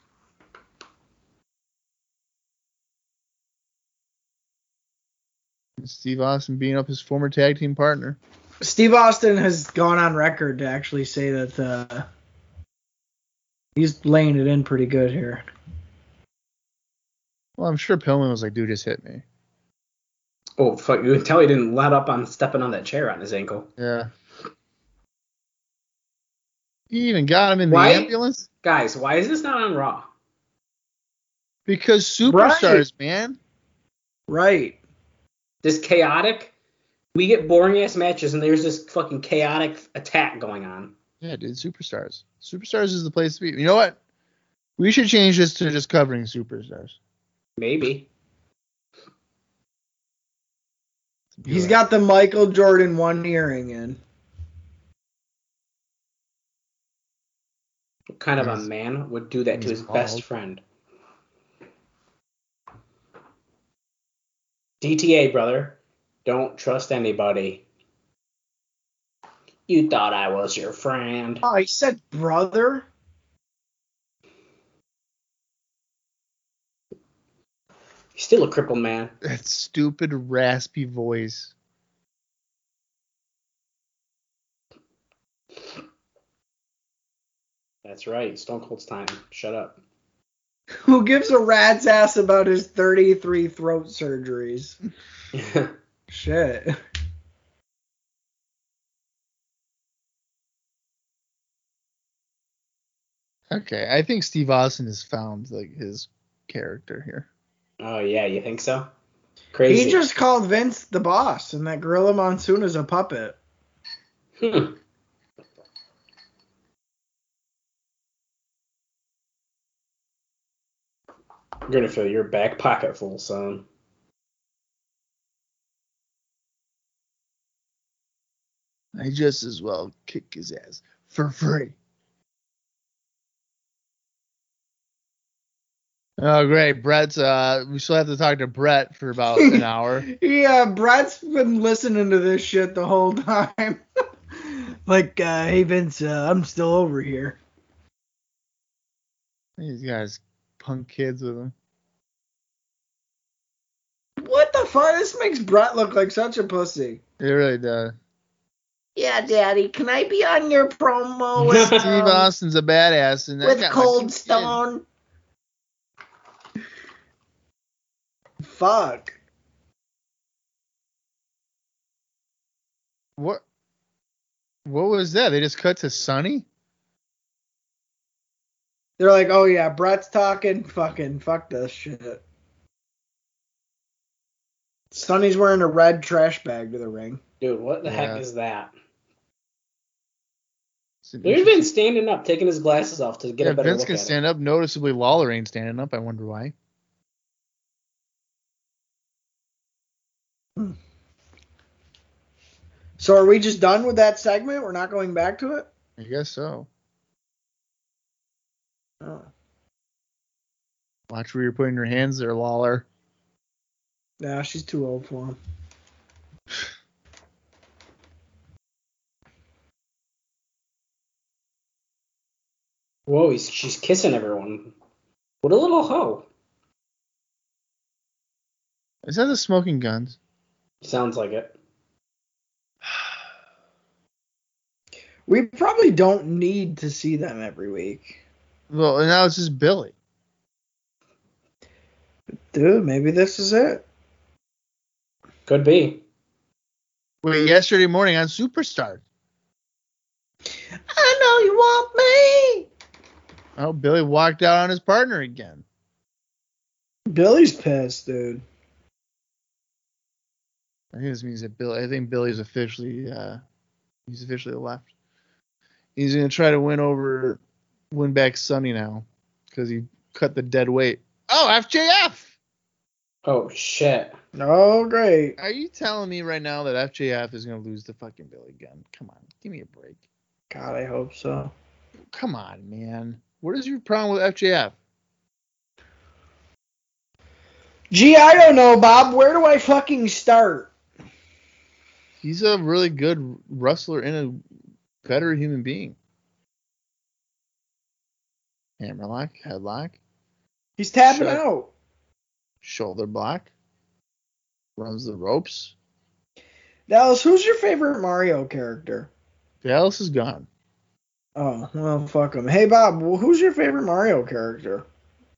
B: Steve Austin beating up his former tag team partner.
D: Steve Austin has gone on record to actually say that uh, he's laying it in pretty good here.
B: Well, I'm sure Pillman was like, "Dude, just hit me."
C: Oh fuck! You can tell he didn't let up on stepping on that chair on his ankle.
B: Yeah. He even got him in
C: Why?
B: the ambulance
C: Guys, why is this not on Raw?
B: because superstars, man.
D: Right.
C: This chaotic. We get boring ass matches, and there's this fucking chaotic attack going on.
B: Yeah, dude, superstars. Superstars is the place to be. You know what? We should change this to just covering superstars.
C: Maybe.
D: He's got the Michael Jordan one earring in.
C: What kind of a
B: Yes.
C: man would do that to
B: He's
C: his best
B: bald.
C: friend? DTA, brother. Don't trust anybody. You thought I was your friend.
D: Oh, he said brother.
C: You're still a crippled man.
B: that stupid raspy voice.
C: That's right. Stone Cold's time. Shut up.
D: Who gives a rat's ass about his 33 throat surgeries? Shit.
B: Okay, I think Steve Austin has found like his character here.
C: oh, yeah. You think so? Crazy.
D: He just called Vince the boss, and that Gorilla Monsoon is a puppet.
C: Hmm. You're gonna fill your back pocket full, son.
B: I just as well kick his ass for free. Oh great, Brett's. Uh, we still have to talk to Brett for about an hour.
D: Yeah, Brett's been listening to this shit the whole time. like, uh, hey Vince, uh, I'm still over here.
B: He's got his punk kids with him.
D: What the fuck? This makes Brett look like such a pussy.
B: It really does.
C: Oh.
D: Yeah, Daddy, can I be on your promo
C: with,
B: Steve Austin's a badass, and that got my kid.
D: Fuck.
B: What? What was that? They just cut to Sonny.
D: They're like, oh yeah, Brett's talking. Fucking fuck this shit. Sonny's wearing a red trash bag to the ring.
C: Dude, what the
B: Yeah.
C: heck is that?
B: It's an
C: There's
B: interesting-
C: been standing up, taking his glasses off to get
B: yeah,
C: a better
B: Vince
C: look
B: can
C: at it.
B: stand up. Noticeably, Lawler ain't standing up. I wonder why.
D: So are we just done with that segment? We're not going back to it?
B: I guess so.
D: Oh.
B: Watch where you're putting your hands there, Lawler.
D: Nah, she's too old for him.
C: Whoa, he's, she's kissing everyone. What a little hoe.
B: Is that the smoking guns?
C: Sounds like it.
D: We probably don't need to see them every week.
B: Well, and now it's just Billy.
D: Dude, maybe this is it.
C: Could be.
B: Wait, yesterday morning on Superstar.
D: I know you want me.
B: Oh, Billy walked out on his partner again.
D: Billy's pissed, dude.
B: I think this means that Billy. I think Billy's officially uh, he's officially left. He's gonna try to win over, win back Sonny now, because he cut the dead weight. Oh, FJF!
C: Oh shit.
D: Oh, great.
B: Are you telling me right now that FJF is gonna lose to fucking Billy Gunn? Come on, give me a break.
D: God, I hope so.
B: Come on, man. What is your problem with FJF?
D: Gee, I don't know, Bob. Where do I fucking start?
B: He's a really good wrestler and a better human being. Hammerlock, headlock,
D: He's tapping
B: Sure.
D: out.
B: shoulder block, runs the ropes.
D: Dallas, who's your favorite Mario character?
B: Dallas is gone.
D: Oh, well, fuck him. Hey, Bob, wh- who's your favorite Mario character?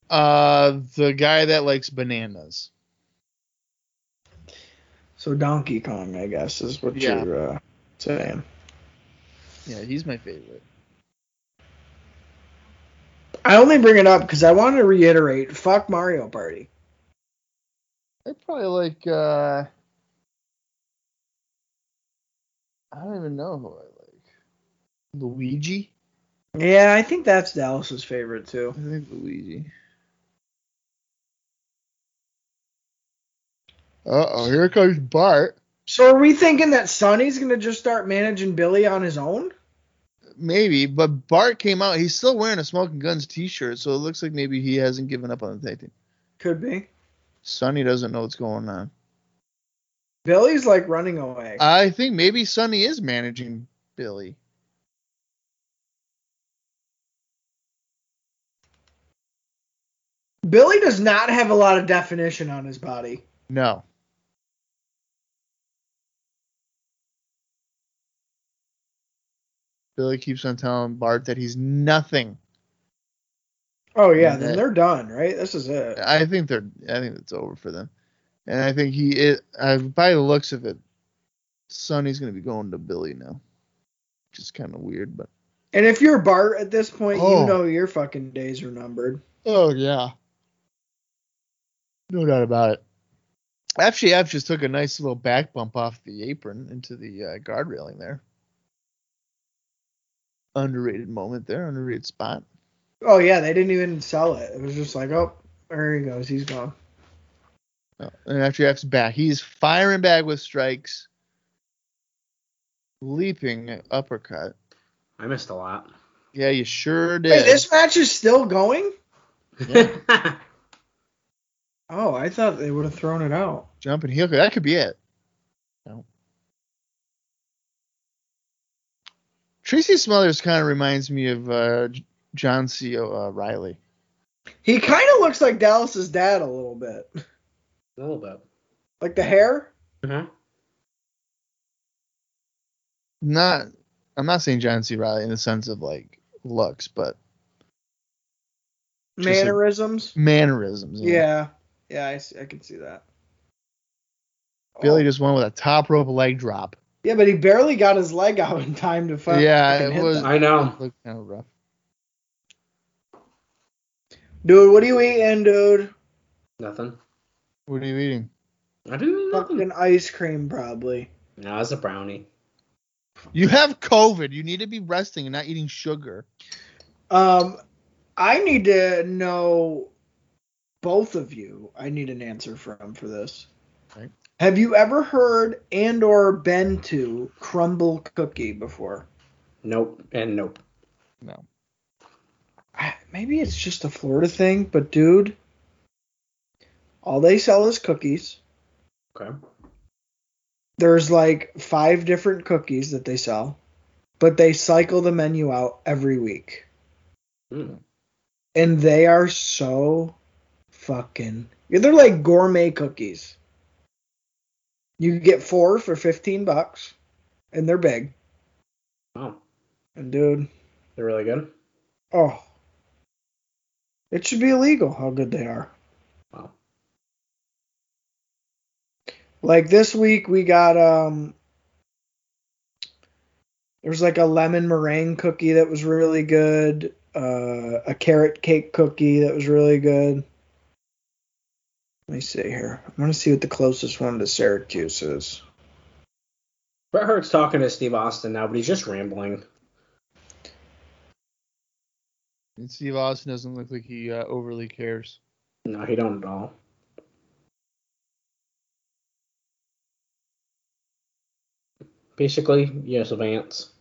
B: Uh, the guy that likes bananas.
D: So Donkey Kong, I guess, is what
B: Yeah.
D: you're uh, saying.
B: Yeah, he's my favorite.
D: I only bring it up because I want to reiterate, fuck Mario Party.
B: I probably like. uh I don't even know who I like. Luigi.
D: Yeah, I think that's Dallas's favorite too.
B: I think Luigi. Uh oh, here comes Bart.
D: So are we thinking that Sonny's gonna just start managing Billy on his own?
B: Maybe, but Bart came out. He's still wearing a Smoking Guns t-shirt, so it looks like maybe he hasn't given up on the tag team.
D: Could be.
B: Sonny doesn't know what's going on.
D: Billy's like running away.
B: I think maybe Sonny is managing Billy.
D: Billy does not have a lot of definition on his body.
B: No. Billy keeps on telling Bart that he's nothing.
D: Oh yeah, then
B: Yeah.
D: they're done, right? This is it.
B: I think they're. I think it's over for them, and I think he is. I, by the looks of it, Sonny's gonna be going to Billy now, which is kind of weird, but
D: And if you're Bart at this point,
B: Oh.
D: you know your fucking days are numbered.
B: oh yeah, no doubt about it. FGF just took a nice little back bump off the apron into the uh, guard railing there. Underrated moment there, underrated spot.
D: Oh yeah, they didn't even sell it. It was just like, oh, there he goes, he's gone.
B: Oh, and FGF's back. He's firing back with strikes, leaping uppercut.
C: I missed a lot.
B: Yeah, you sure did.
D: Wait, this match is still going? Oh, I thought they would have thrown it out.
B: Jumping heel kick. That could be it. No. Tracy Smothers kind of reminds me of uh, J- John C. uh, O'Reilly.
D: He kind of looks like Dallas's dad a little bit,
C: a little bit.
D: like the hair.
C: Uh-huh.
B: Not, I'm not saying John C. Riley in the sense of like looks, but Just a-
D: mannerisms.
B: mannerisms. you know?
D: yeah, yeah, I, s- I can see that.
B: Billy
D: Oh.
B: just won with a top rope leg drop.
D: Yeah, but he barely got his leg out in time to fuck- fucking.
B: Yeah, it
D: hit
B: was-
D: that.
C: I know.
B: Looked kind of rough.
D: Dude, what are you eating, dude?
C: Nothing.
B: What are you eating?
C: I didn't eat nothing.
D: Fucking ice cream, probably.
C: No, it's a brownie.
B: You have COVID. You need to be resting and not eating sugar.
D: Um, I need to know both of you. I need an answer from for this.
B: Okay.
D: Have you ever heard and or been to Crumble Cookie before?
C: Nope. And nope.
B: No.
D: I- Maybe it's just a Florida thing, but dude, all they sell is cookies.
C: Okay.
D: There's like five different cookies that they sell, but they cycle the menu out every week.
C: Mm.
D: and they are so fucking yeah, they're like gourmet cookies you get four for 15 bucks and they're big
C: Wow.
D: and dude
C: They're really good.
D: oh it should be illegal how good they are
C: Wow.
D: like this week we got um there's like a lemon meringue cookie that was really good uh, a carrot cake cookie that was really good. Let me see here. I want to see what the closest one to Syracuse is.
C: Bret Hart's talking to Steve Austin now, but he's just rambling.
B: And Steve Austin doesn't look like he uh, overly cares.
C: No, he don't at all. Basically, yes, Vance.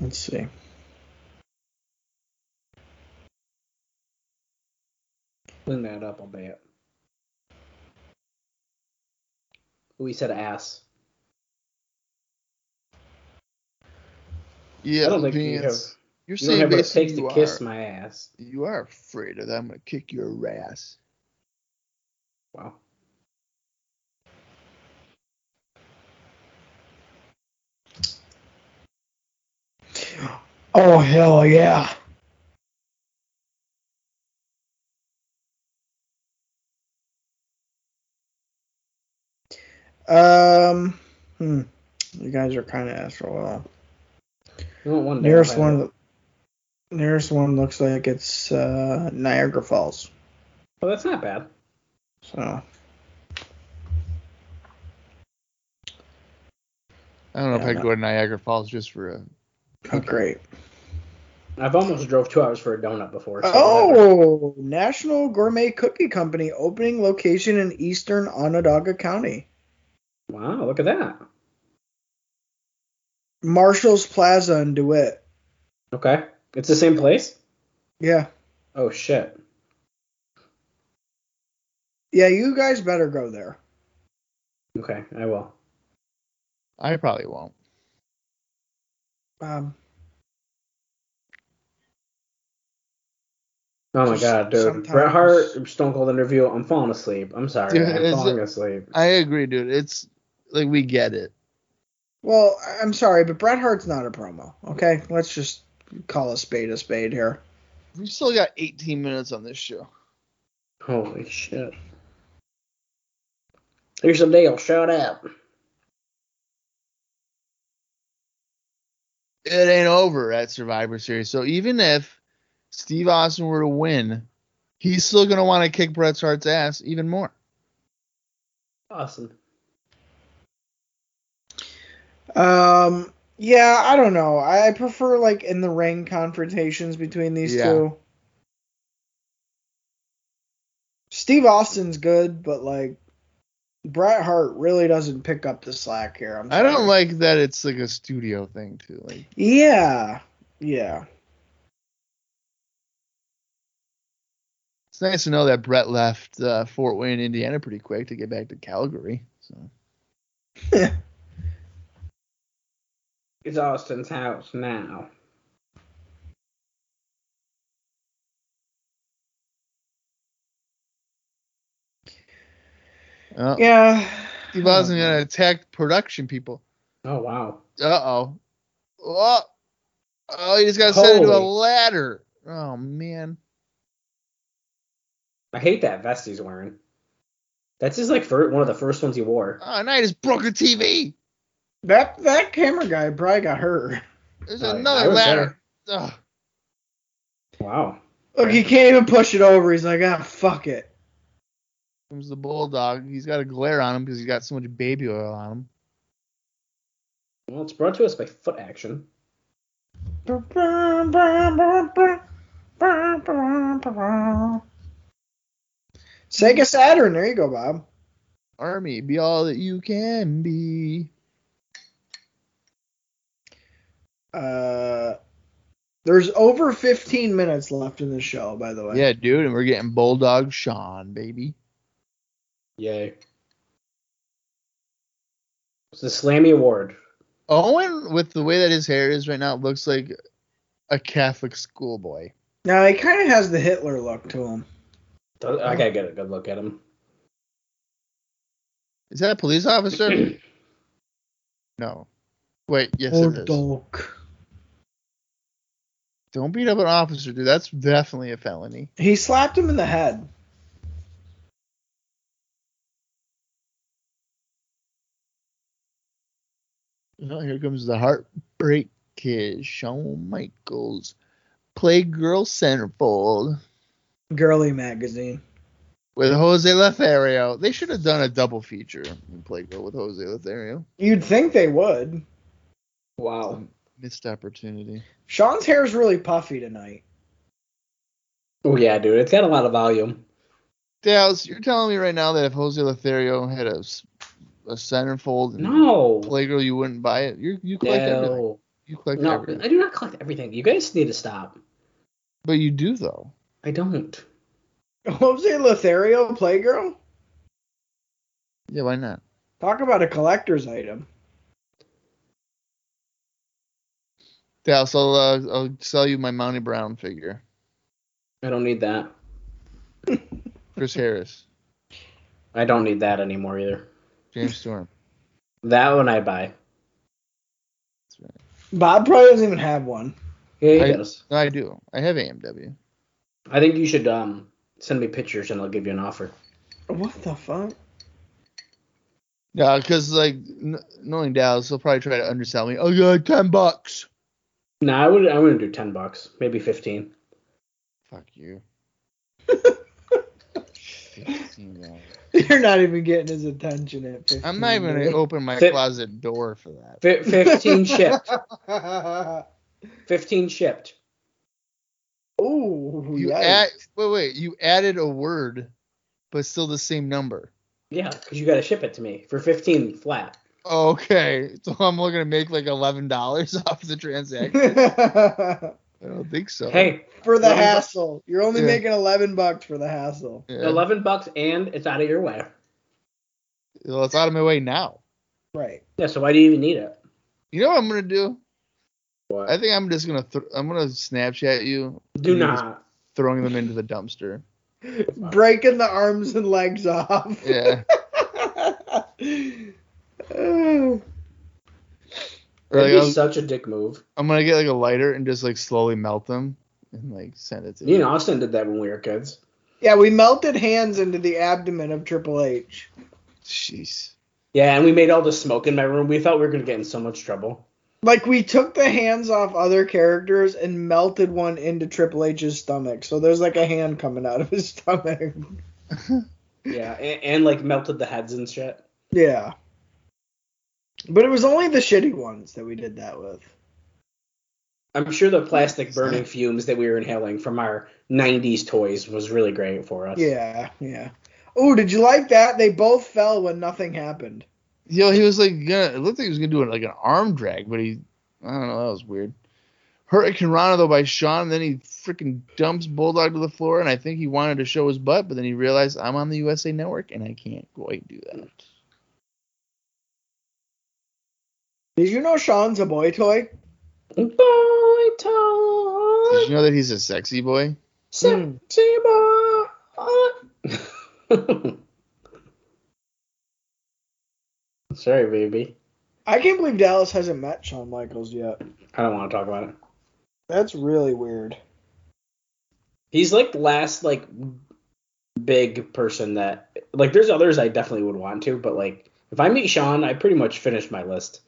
D: Let's see.
C: Clean that up a bit. We said ass.
B: Yeah,
C: I don't think you have.
B: Vance, you're
C: You don't
B: saying
C: have what it takes
B: basically
C: to
B: you
C: kiss
B: are,
C: my ass.
B: you are afraid of that. I'm gonna kick your ass.
C: Wow.
D: Oh hell yeah! Um, hmm. You guys are kind of asked for a while.
C: You want one day,
D: Nearest
C: I'll have it.
D: one. Nearest one looks like it's uh, Niagara Falls.
C: Well, Oh, that's not bad.
D: So
B: I don't know
D: Yeah,
B: if I'd
D: no.
B: go to Niagara Falls just for a.
D: oh, great.
C: I've almost drove two hours for a donut before. so whatever.
D: Oh, National Gourmet Cookie Company opening location in Eastern Onondaga County.
C: Wow, look at that.
D: Marshall's Plaza in DeWitt.
C: Okay. It's the same place?
D: Yeah.
C: Oh, shit.
D: Yeah, you guys better go there.
C: Okay, I will.
B: I probably won't.
D: Um,
C: Oh my
D: Just
C: god, dude. Bret
D: sometimes-
C: Hart, Stone Cold interview. I'm falling asleep. I'm sorry.
B: Dude,
C: I'm
B: is
C: falling
B: it-
C: asleep.
B: I agree, dude. It's like we get it.
D: well, I- I'm sorry, but Bret Hart's not a promo. Okay, let's just call a spade a spade here.
B: We still got 18 minutes on this show.
C: Holy shit. Here's the deal. Shut up.
B: It ain't over at Survivor Series. So even if Steve Austin were to win, he's still gonna want to kick Bret Hart's ass even more.
C: Awesome.
D: Um, yeah, I don't know. I prefer like in the ring confrontations between these
B: Yeah.
D: two. Steve Austin's good, but like Bret Hart really doesn't pick up the slack here. I'm
B: I don't
D: sorry.
B: like that it's like a studio thing too. Like
D: Yeah, yeah.
B: it's nice to know that Brett left uh, Fort Wayne, Indiana, pretty quick to get back to Calgary. So
C: It's Austin's house now.
B: uh,
D: Yeah.
B: Steve
D: Oh,
B: Austin gonna attack production people.
C: Oh, wow.
B: Uh oh. Oh. Oh, he just got sent into a
C: Holy.
B: ladder. Oh man.
C: I hate that vest he's wearing. That's his, like, fir- one of the first ones he wore.
B: Oh, and I just broke the TV.
D: That that camera guy probably got hurt.
B: There's
C: Oh, yeah, I
B: another
C: was
B: ladder. Ugh.
C: Wow.
D: Look, he can't even push it over. He's like, ah, fuck it.
B: comes the bulldog. He's got a glare on him because he's got so much baby oil on him.
C: Well, it's brought to us by foot action.
D: Sega Saturn. There you go, Bob.
B: Army, be all that you can be.
D: Uh, there's over 15 minutes left in the show, by the way.
B: Yeah, dude, and we're getting bulldog Sean, baby.
C: Yay. It's the Slammy Award.
B: Owen, with the way that his hair is right now, looks like a Catholic schoolboy.
D: Now he kind of has the Hitler look to him.
C: I gotta get a good look at him.
B: Is that a police officer? no. Wait, yes,
D: Or
B: it is.
D: Dolk.
B: Don't beat up an officer, dude. That's definitely a felony.
D: He slapped him in the head.
B: Oh, here comes the heartbreak Kiss, Shawn Michaels, Playgirl Centerfold
D: Girly magazine.
B: with Jose Lothario. They should have done a double feature in Playgirl with Jose Lothario.
D: You'd think they would. Wow.
B: Missed opportunity.
D: Sean's hair is really puffy tonight.
C: Oh yeah, dude, it's got a lot of volume.
B: Dallas, you're telling me right now that if Jose Lothario had a, s- a centerfold and
C: No.
B: Playgirl, you wouldn't buy it? You're, you collect everything.
C: No.
B: You collect
C: No,
B: everything.
C: I do not collect everything. You guys need to stop.
B: But you do, though.
C: I don't.
D: Jose Lothario Playgirl?
B: Yeah, why not?
D: Talk about a collector's item.
B: Dallas, I'll, uh, I'll sell you my Monty Brown figure.
C: I don't need that.
B: Chris Harris,
C: I don't need that anymore either.
B: James Storm.
C: That one I buy.
D: Bob probably doesn't even have one.
C: Yeah, he
B: I-
C: does.
B: No, I do. I have AMW.
C: I think you should um send me pictures and I'll give you an offer.
D: What the fuck?
B: Yeah, because like kn- knowing Dallas, he'll probably try to undersell me. Oh yeah, ten bucks.
C: No, I would I wouldn't do ten bucks, maybe fifteen.
B: Fuck you. $15.
D: You're not even getting his attention at 15.
B: I'm not even gonna open my
C: Fit-
B: closet door for that.
C: Fi fifteen shipped.
D: gonna.
C: Fifteen shipped.
D: Ooh,
B: You
D: yikes.
B: add, wait, wait, you added a word, but still the same number.
C: Yeah, because you gotta ship it to me for fifteen flat.
B: Okay, so I'm looking to make like eleven dollars off the transaction. I don't think so.
C: Hey,
D: for the
C: Eleven bu-
D: hassle. You're only
B: Yeah.
D: making 11 bucks for the hassle.
B: Yeah.
C: eleven bucks and it's out of your way.
B: well, it's out of my way now.
D: Right.
C: Yeah, so why do you even need it?
B: You know what I'm gonna do?
C: What?
B: I think I'm just gonna th- I'm gonna Snapchat you
C: do
B: you just-
C: not.
B: throwing them into the dumpster.
D: Breaking the arms and legs off.
B: Yeah.
D: Oh.
B: Or like
C: That'd be
B: I'm,
C: such a dick move.
B: I'm gonna get like a lighter and just like slowly melt them and like send it to
C: You know, Austin did that when we were kids.
D: yeah, we melted hands into the abdomen of Triple H.
B: Jeez.
C: Yeah, and we made all the smoke in my room. We thought we were gonna get in so much trouble.
D: Like we took the hands off other characters and melted one into Triple H's stomach. So there's like a hand coming out of his stomach.
C: Yeah, and, and like melted the heads and shit.
D: Yeah. But it was only the shitty ones that we did that with.
C: I'm sure the plastic burning fumes that we were inhaling from our 90s toys was really great for us.
D: Yeah, yeah. Oh, did you like that? They both fell when nothing happened.
B: Yo, he was like gonna. It looked like he was gonna do like an arm drag, but he. I don't know. That was weird. Hurricane Rana though by Sean. and Then he freaking dumps Bulldog to the floor, and I think he wanted to show his butt, but then he realized I'm on the USA Network and I can't quite do that.
D: Did you know Sean's a boy toy?
C: Boy
B: Did
C: toy,
B: you Hmm. know that he's a sexy boy?
C: sexy boy. Sorry, baby.
D: I can't believe Dallas hasn't met Shawn Michaels yet.
C: I don't want to talk about it.
D: That's really weird.
C: He's like the last like big person that like. There's others I definitely would want to, but like if I meet Sean, I pretty much finished my list.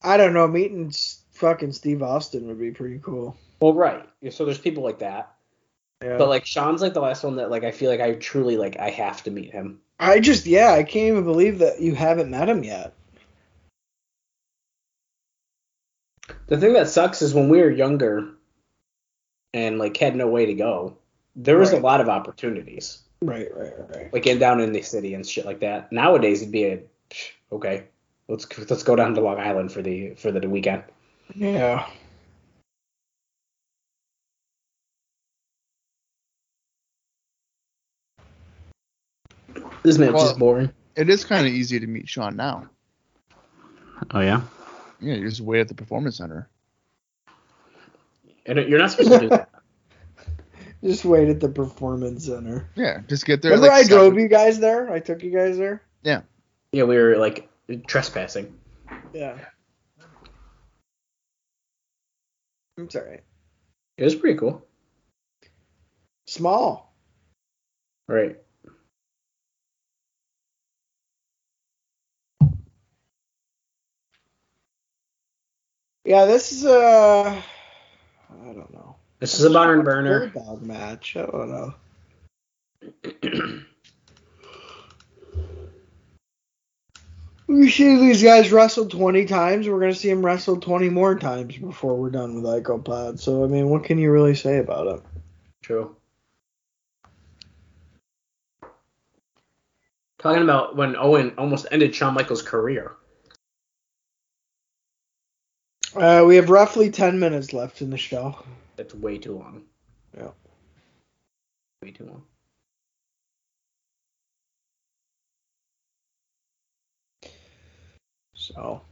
D: I don't know. Meeting s- fucking Steve Austin would be pretty cool.
C: Well, right. So there's people like that.
D: Yeah.
C: But like Sean's like the last one that like I feel like I truly like I have to meet him.
D: I just, yeah, I can't even believe that you haven't met him yet.
C: The thing that sucks is when we were younger and like had no way to go, there was
D: Right.
C: a lot of opportunities.
D: Right, right, right, right.
C: Like in down in the city and shit like that. Nowadays it'd be a psh, okay. Let's let's go down to Long Island for the for the weekend.
D: Yeah.
C: This man
B: Well-
C: just boring.
B: It is kind of easy to meet Sean now.
C: Oh yeah.
B: Yeah, you just wait at the performance center.
C: And you're not supposed to do that.
D: Just wait at the performance center.
B: Yeah, just get there. at,
D: Remember
B: like,
D: I drove
B: seven.
D: you guys there? I took you guys there?
C: Yeah, we were like trespassing.
D: Yeah. I'm sorry.
C: It was pretty cool.
D: Small.
C: Right.
D: Yeah, this is uh, I don't know.
C: This is a barn burner.
D: Bulldog match. I don't know. We see these guys wrestle 20 times. We're going to see them wrestle 20 more times before we're done with Icopod. So, I mean, what can you really say about it?
C: True. Talking about when Owen almost ended Shawn Michaels' career.
D: Uh, we have roughly 10 minutes left in the show.
C: That's way too long.
D: Yeah.
C: Way too long.
D: So,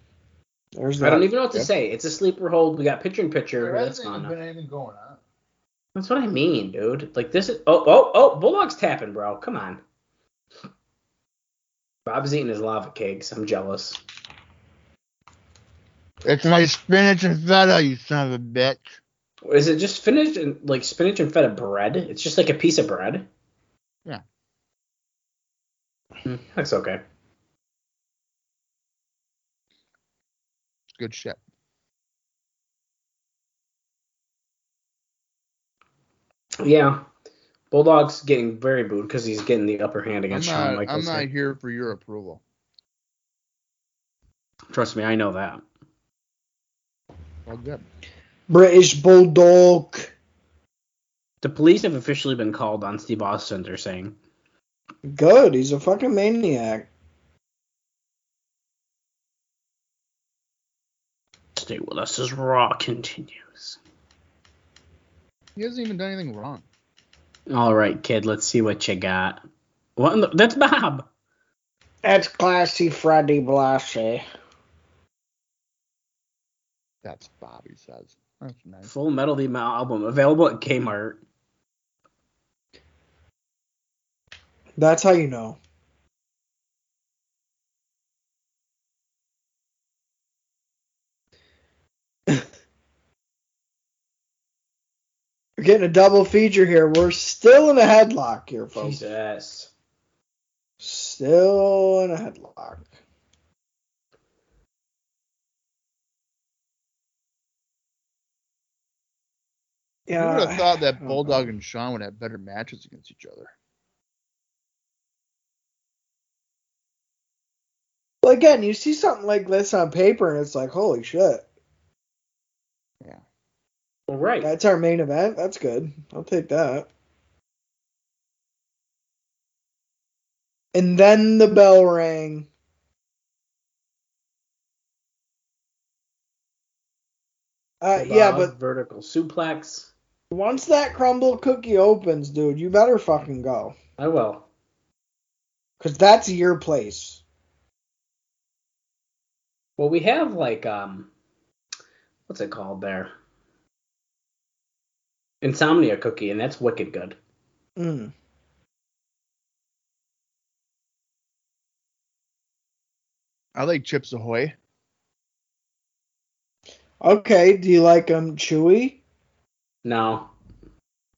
D: there's that.
C: I don't even know what to
D: Yep.
C: say. It's a sleeper hold. We got picture in picture.
B: There
C: but That's
B: hasn't
C: not
B: even
C: enough.
B: been anything going on.
C: That's what I mean, dude. Like this is oh oh oh Bulldog's tapping, bro. Come on. Bob's eating his lava cakes. I'm jealous.
B: It's my spinach and feta, you son of a bitch.
C: Is it just spinach and like spinach and feta bread? It's just like a piece of bread.
B: Yeah.
C: Hmm, That's okay.
B: It's good shit.
C: Yeah. Bulldog's getting very booed because he's getting the upper hand
B: I'm
C: against Shawn
B: not, I'm
C: Michaels.
B: not
C: here.
B: here for your approval.
C: Trust me, I know that.
B: Well, good.
D: British Bulldog.
C: The police have officially been called on Steve Austin. They're saying
D: Good. He's a fucking maniac.
C: stay with us as Raw continues.
B: He hasn't even done anything wrong.
C: All right, kid, let's see what you got. What? In the, that's Bob.
D: That's classy Freddy Blassie.
B: That's Bobby says. That's nice.
C: Full Metal the Mal- album available at Kmart.
D: That's how you know. We're getting a double feature here. We're still in a headlock here, folks.
C: Jesus.
D: Still in a headlock.
B: You would have thought that
D: I don't
B: Bulldog and Sean would have better matches against each other.
D: Well, again, you see something like this on paper, and it's like, holy shit,
C: All right.
D: that's our main event. That's good. I'll take that. And then the bell rang. Uh, yeah,
C: Bob,
D: but
C: vertical suplex.
D: once that crumble cookie opens, dude, you better fucking go.
C: I will.
D: Because that's your place.
C: Well, we have like um, what's it called there? Insomnia cookie, and that's wicked good.
D: Mm.
B: I like Chips Ahoy.
D: Okay, do you like them chewy?
C: No,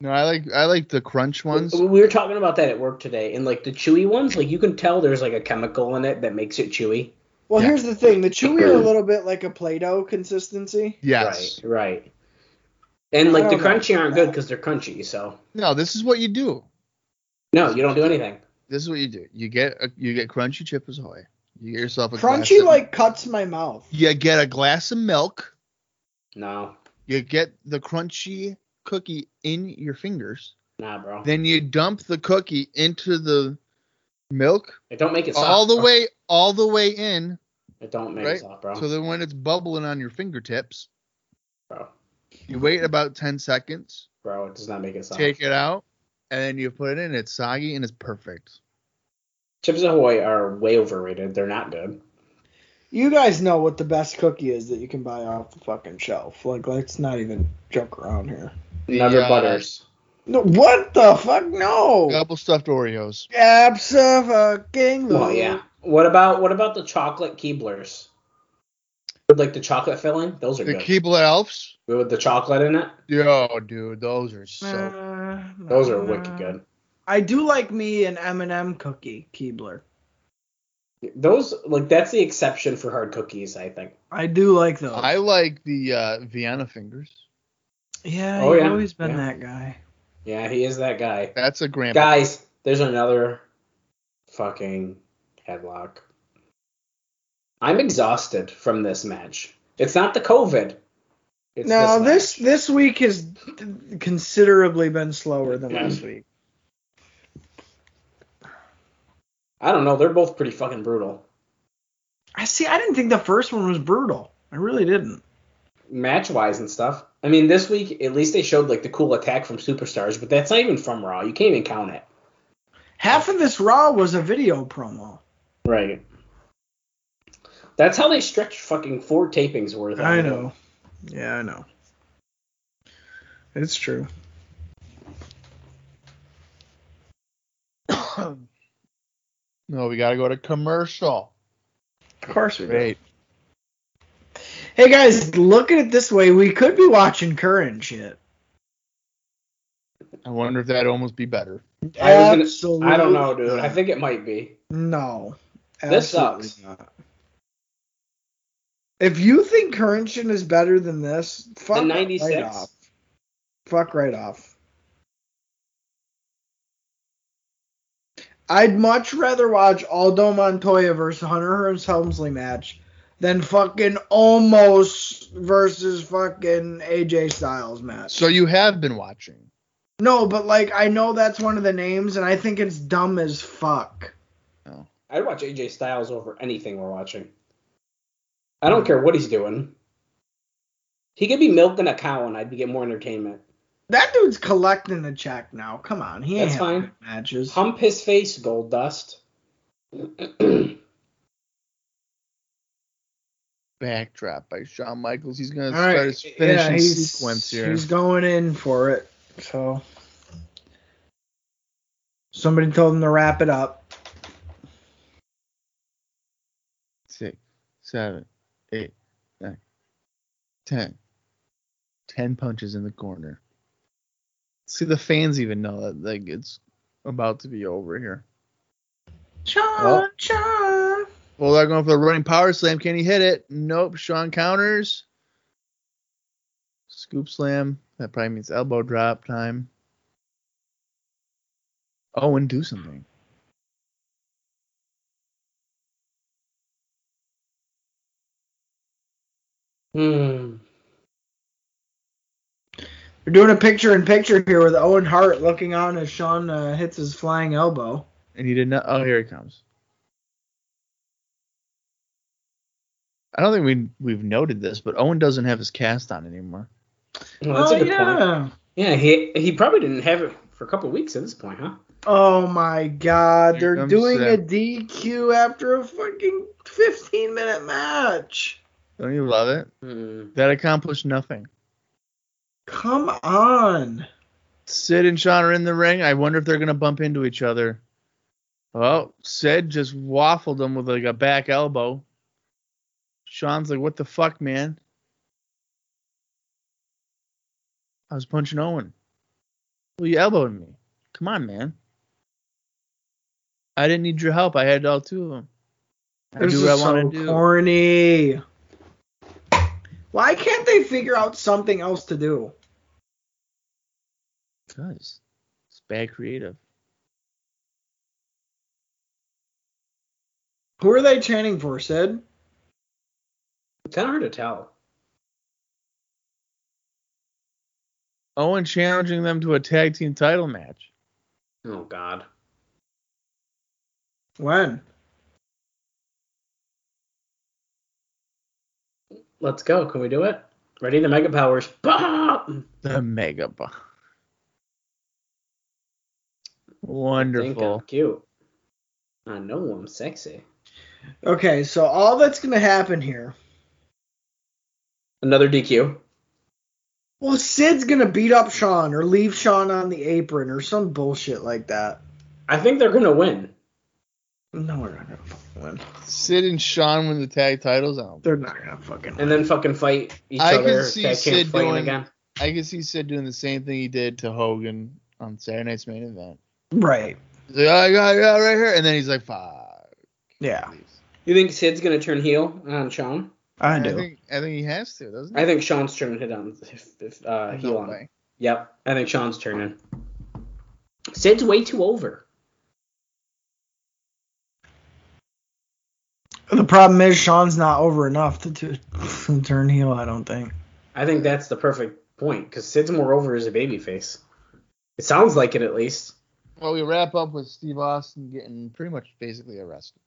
B: No, I like I like the crunch ones.
C: we, we were talking about that at work today, and like the chewy ones, like you can tell there's like a chemical in it that makes it chewy.
D: Well,
B: Yeah.
D: here's the thing the chewy are a little bit like a Play Doh consistency.
B: Yes.
C: Right. Right. And like
D: I
C: the
D: don't know
C: crunchy
D: about
C: aren't good
D: that.
C: because they're crunchy. So
B: No, this is what you do.
C: no, you don't do anything.
B: This is what you do. You get a, you get crunchy Chips Ahoy. You get yourself a glass
D: Crunchy
B: of-
D: like cuts my mouth.
B: You get a glass of milk.
C: No,
B: You get the crunchy cookie in your fingers.
C: nah, bro.
B: Then you dump the cookie into the milk
C: It don't make it soft.
B: all the
C: bro.
B: way all the way in
C: It don't make
B: right?
C: it soft, bro.
B: So then when it's bubbling on your fingertips,
C: bro.
B: you wait about 10 seconds,
C: Bro, it does not make it soft.
B: take it out, and then you put it in. It's soggy and it's perfect.
C: Chips Ahoy are way overrated. They're not good.
D: You guys know what the best cookie is that you can buy off the fucking shelf. Like, let's not even joke around here.
C: Never
B: Yeah.
C: butters.
D: No, what the fuck? No.
B: Double stuffed Oreos.
D: Absolutely.
C: Well, oh, yeah. What about what about the chocolate Keeblers? With like the chocolate filling, those are
B: The
C: good.
B: Keebler Elves.
C: With the chocolate in it,
B: Yo, dude, those are so.
D: Uh,
C: those are wicked good.
D: I do like me an M&M cookie, Keebler.
C: Those like that's the exception for hard cookies, I think.
D: I do like those.
B: I like the uh, Vienna fingers.
D: yeah,
C: Oh,
D: you've
C: yeah,
D: always been
C: yeah.
D: that guy.
C: Yeah, he is that guy.
B: That's a grandpa.
C: Guys, there's another fucking headlock. I'm exhausted from this match. It's not the COVID. It's
D: no, this
C: match.
D: this week has considerably been slower than last week.
C: I don't know. They're both pretty fucking brutal.
D: I see. I didn't think the first one was brutal. I really didn't.
C: match wise and stuff. I mean, this week at least they showed like the cool attack from Superstars, but that's not even from Raw. You can't even count it.
D: Half of this Raw was a video promo.
C: Right. That's how they stretch fucking four tapings worth. out
D: I
C: of it.
D: know. Yeah, I know. It's true.
B: no, we gotta go to commercial.
D: Of course we do.
B: Great.
D: Hey guys, look at it this way. We could be watching current shit.
B: I wonder if that'd almost be better.
C: I was gonna-
D: Absolutely.
C: I don't know, dude. I think it might be.
D: No.
C: This
D: Absolutely
C: sucks.
D: not. If you think current shit is better than this, fuck right
C: 96?
D: off. Fuck right off. I'd much rather watch Aldo Montoya versus Hunter Hearns Helmsley match than fucking almost versus fucking AJ Styles match.
B: So you have been watching.
D: No, but like I know that's one of the names, and I think it's dumb as fuck.
C: I'd watch AJ Styles over anything we're watching. I don't care what he's doing. He could be milking a cow, and I'd be getting more entertainment.
D: That dude's collecting a check now. Come on, he ain't
C: That's fine.
D: having good matches.
C: Hump his face, gold dust. Hmm.
B: Backdrop by Shawn Michaels. He's gonna
D: All
B: start
D: right,
B: his finishing
D: yeah, he's,
B: sequence here.
D: he's going in for it. So somebody told him to wrap it up.
B: Six, seven, eight, nine, ten. Ten punches in the corner. See the fans even know that like it's about to be over here.
D: Cha
B: Well-
D: cha.
B: Well, they're going for the running power slam. Can he hit it? Nope. Sean counters. Scoop slam. That probably means elbow drop time. Oh, and do something.
C: hmm.
D: They're doing a picture in picture here with Owen Hart looking on as Sean uh, hits his flying elbow.
B: And he did not. Oh, here he comes. I don't think we we've noted this, but Owen doesn't have his cast on anymore.
C: Well, that's
D: oh
C: a good point.
D: yeah.
C: Yeah, he he probably didn't have it for a couple of weeks at this point, huh?
D: Oh my god,
B: Here
D: they're
B: comes
D: doing
B: Seth.
D: a DQ after a fucking 15 minute match.
B: Don't you love it? That accomplished nothing.
D: Come on.
B: Sid and Sean are in the ring. I wonder if they're gonna bump into each other. Oh, Sid just waffled him with like a back elbow. Sean's like, "What the fuck, man? I was punching Owen. Well, you elbowed me. Come on, man. I didn't need your help. I had all two of them. I
D: This
B: do what I
D: is so
B: want to do.
D: corny. Why can't they figure out something else to do?
B: Because it's bad creative.
D: Who are they chanting for, Sid?
C: It's kind of hard to tell.
B: Owen challenging them to a tag team title match.
C: Oh God.
D: When?
C: Let's go. Can we do it? Ready the mega powers. Bam!
B: The Mega Bomb.
C: Think I'm
B: Wonderful.
C: cute. I know I'm sexy.
D: Okay, so all that's going to happen here.
C: Another DQ.
D: Well, Sid's going to beat up Sean or leave Sean on the apron or some bullshit like that.
C: I think they're gonna win.
D: No, we're not going to fucking win.
B: uh, Sid and Sean win the tag titles. I, don't,
D: They're not going to fucking win.
C: And then fucking fight each
B: I can
C: other.
B: see
C: Tag team
B: Sid
C: fighting
B: doing-
C: again.
B: I can see Sid doing the same thing he did to Hogan on Saturday Night's Main Event. "Oh,
D: Right.
B: He's like, I got, I got it right here, and then he's like, fuck.
D: Yeah,
C: You think Sid's gonna turn heel on Sean?
D: I
B: I
D: do.
B: think I think he has to, doesn't he?
C: I think Sean's turning it on if, if, uh, heel
B: No
C: on.
B: way.
C: Yep, I think Sean's turning. Sid's way too over.
D: the problem is Sean's not over enough to, to, to turn heel. I don't think.
C: I think that's the perfect point because Sid's more over as a babyface. It sounds like it at least.
B: Well, we wrap up with Steve Austin getting pretty much basically arrested,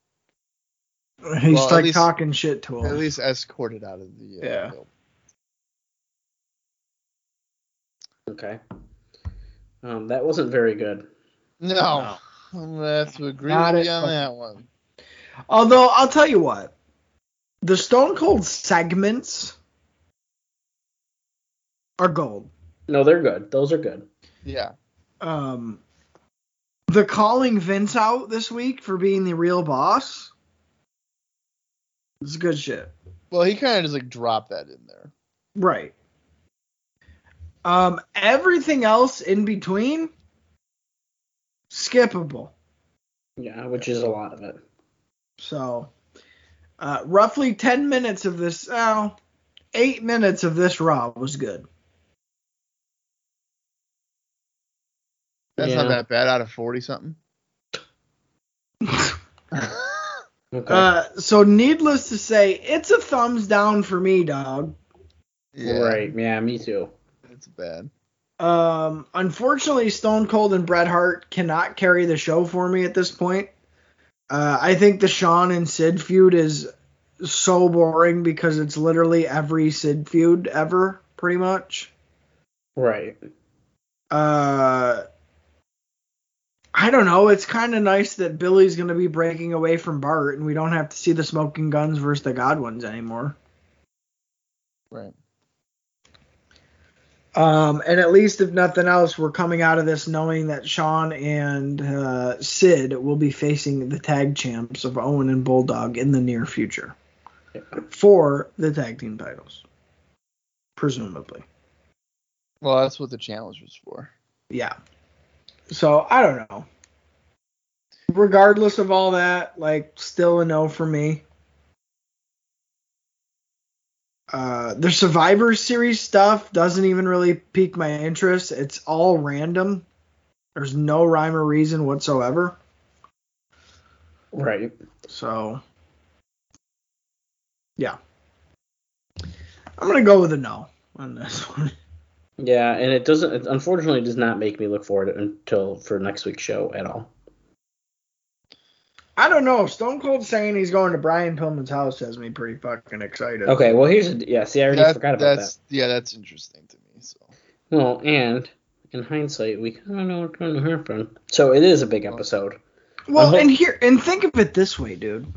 D: He's
B: Well, at
D: like
B: least-
D: talking shit to him.
B: at least escorted out of the. Uh,
D: Yeah.
B: building.
C: Okay. Um, that wasn't very good.
B: No. That's what agree
D: Not
B: with
D: it.
B: you on that one.
D: Although I'll tell you what, the Stone Cold segments are gold.
C: No, they're good. Those are good.
B: Yeah.
D: Um, the calling Vince out this week for being the real boss. It's good shit.
B: Well, he kind of just like dropped that in there.
D: Right. Um, everything else in between, skippable.
C: Yeah, which is a lot of it.
D: So, uh, roughly 10 minutes of this, oh, eight minutes of this Raw was good.
B: That's not
C: Yeah.
B: that bad out of forty something.
C: Okay.
D: Uh, so, needless to say, it's a thumbs down for me, dog.
B: yeah,
C: Right. Yeah, me too.
B: That's bad.
D: Um, unfortunately, Stone Cold and Bret Hart cannot carry the show for me at this point. Uh, I think the Shawn and Sid feud is so boring because it's literally every Sid feud ever, pretty much.
C: Right.
D: uh I don't know. It's kind of nice that Billy's going to be breaking away from Bart, and we don't have to see the Smoking Guns versus the Godwins anymore.
B: Right.
D: Um, and at least, if nothing else, we're coming out of this knowing that Sean and uh, Sid will be facing the tag champs of Owen and Bulldog in the near future
C: Yeah.
D: for the tag team titles, presumably.
B: Well, that's what the challenge was for.
D: yeah. So I don't know. Regardless of all that, like still a no for me. Uh, the Survivor Series stuff doesn't even really pique my interest. It's all random. There's no rhyme or reason whatsoever.
C: Right.
D: So, yeah. I'm going to go with a no on this one.
C: Yeah, and it doesn't. It unfortunately does not make me look forward until for next week's show at all.
D: I don't know. Stone Cold saying he's going to Brian Pillman's house has me pretty fucking excited.
C: Okay. Well, here's a, yeah. See, I already
B: That-
C: forgot about
B: that's
C: that.
B: yeah, that's interesting to me. So
C: Well, and in hindsight, we kind of know what's going to happen. So it is a big episode.
D: Well,
C: Uh-huh.
D: and here and think of it this way, dude.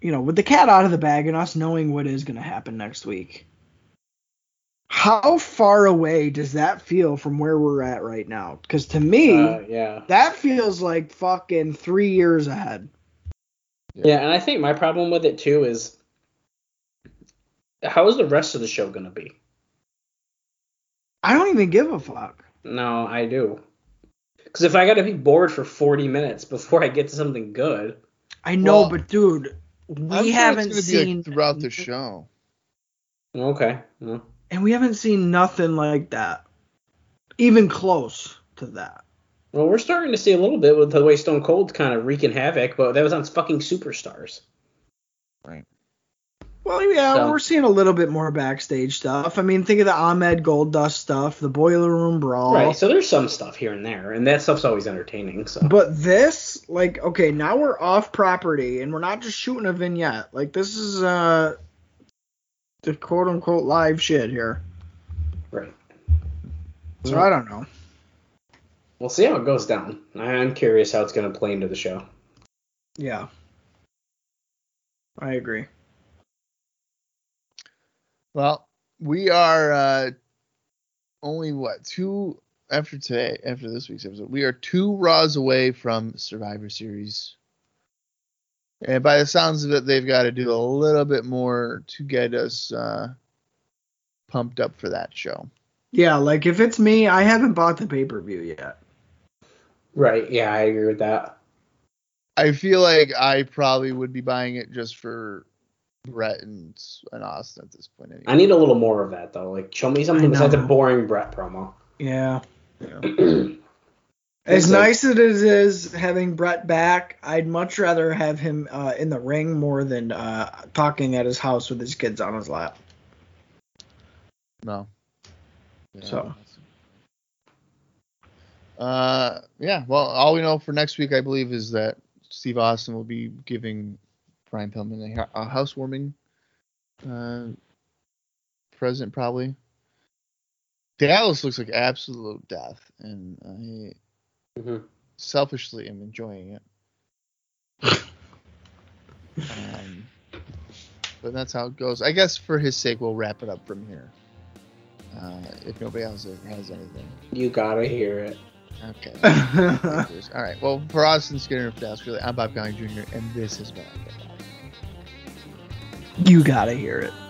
D: You know, with the cat out of the bag and us knowing what is going to happen next week, how far away does that feel from where we're at right now? Because to me,
C: Uh, yeah.
D: that feels like fucking three years ahead.
C: Yeah, and I think my problem with it too is how is the rest of the show going to be?
D: I don't even give a fuck.
C: No, I do. Because if I got to be bored for 40 minutes before I get to something good,
D: I know,
B: Well,
D: but dude, we
B: I'm sure it's
D: haven't
B: gonna be,
D: seen
B: like, throughout the show.
C: okay. Well,
D: and we haven't seen nothing like that, even close to that.
C: well, we're starting to see a little bit with the way Stone Cold's kind of wreaking havoc, but that was on fucking Superstars.
D: Well, yeah,
C: So-
D: we're seeing a little bit more backstage stuff. I mean, think of the Ahmed Gold Dust stuff, the Boiler Room Brawl.
C: Right. So there's some stuff here and there, and that stuff's always entertaining. So
D: But this, like, okay, now we're off property and we're not just shooting a vignette. Like, this is uh the quote unquote live shit here.
C: right.
D: So I don't know.
C: We'll see how it goes down. I- I'm curious how it's going to play into the show.
D: Yeah. I agree.
B: Well, we are uh, only what two after today, after this week's episode, we are two Raws away from Survivor Series. And by the sounds of it, they've got to do a little bit more to get us uh, pumped up for that show.
D: Yeah, like if it's me, I haven't bought the pay per view yet.
C: Right. Yeah, I agree with that.
B: I feel like I probably would be buying it just for Brett and, and Austin at this point. Anyway.
C: I need a little more of that though. Like, show me something
D: I
C: besides a
D: know.
C: boring Brett promo.
D: Yeah.
B: Yeah.
D: As
C: It's like-
D: nice as it is having Brett back, I'd much rather have him uh, in the ring more than uh, talking at his house with his kids on his lap.
B: No. Yeah,
D: So.
B: Uh, yeah. Well, all we know for next week, I believe, is that Steve Austin will be giving Brian Pillman a, a housewarming uh, present, probably. Dallas looks like absolute death, and I
D: Mm-hmm.
C: Mhm.
B: selfishly am enjoying it. um, but that's how it goes. I guess for his sake, we'll wrap it up from here. Uh, if nobody else has anything.
C: You gotta hear it.
B: Okay.
D: Bye
B: All right. Well, for Austin Skinner of Dallas, really, I'm Bob Conley Jr., and this is what I get.
D: You gotta hear it.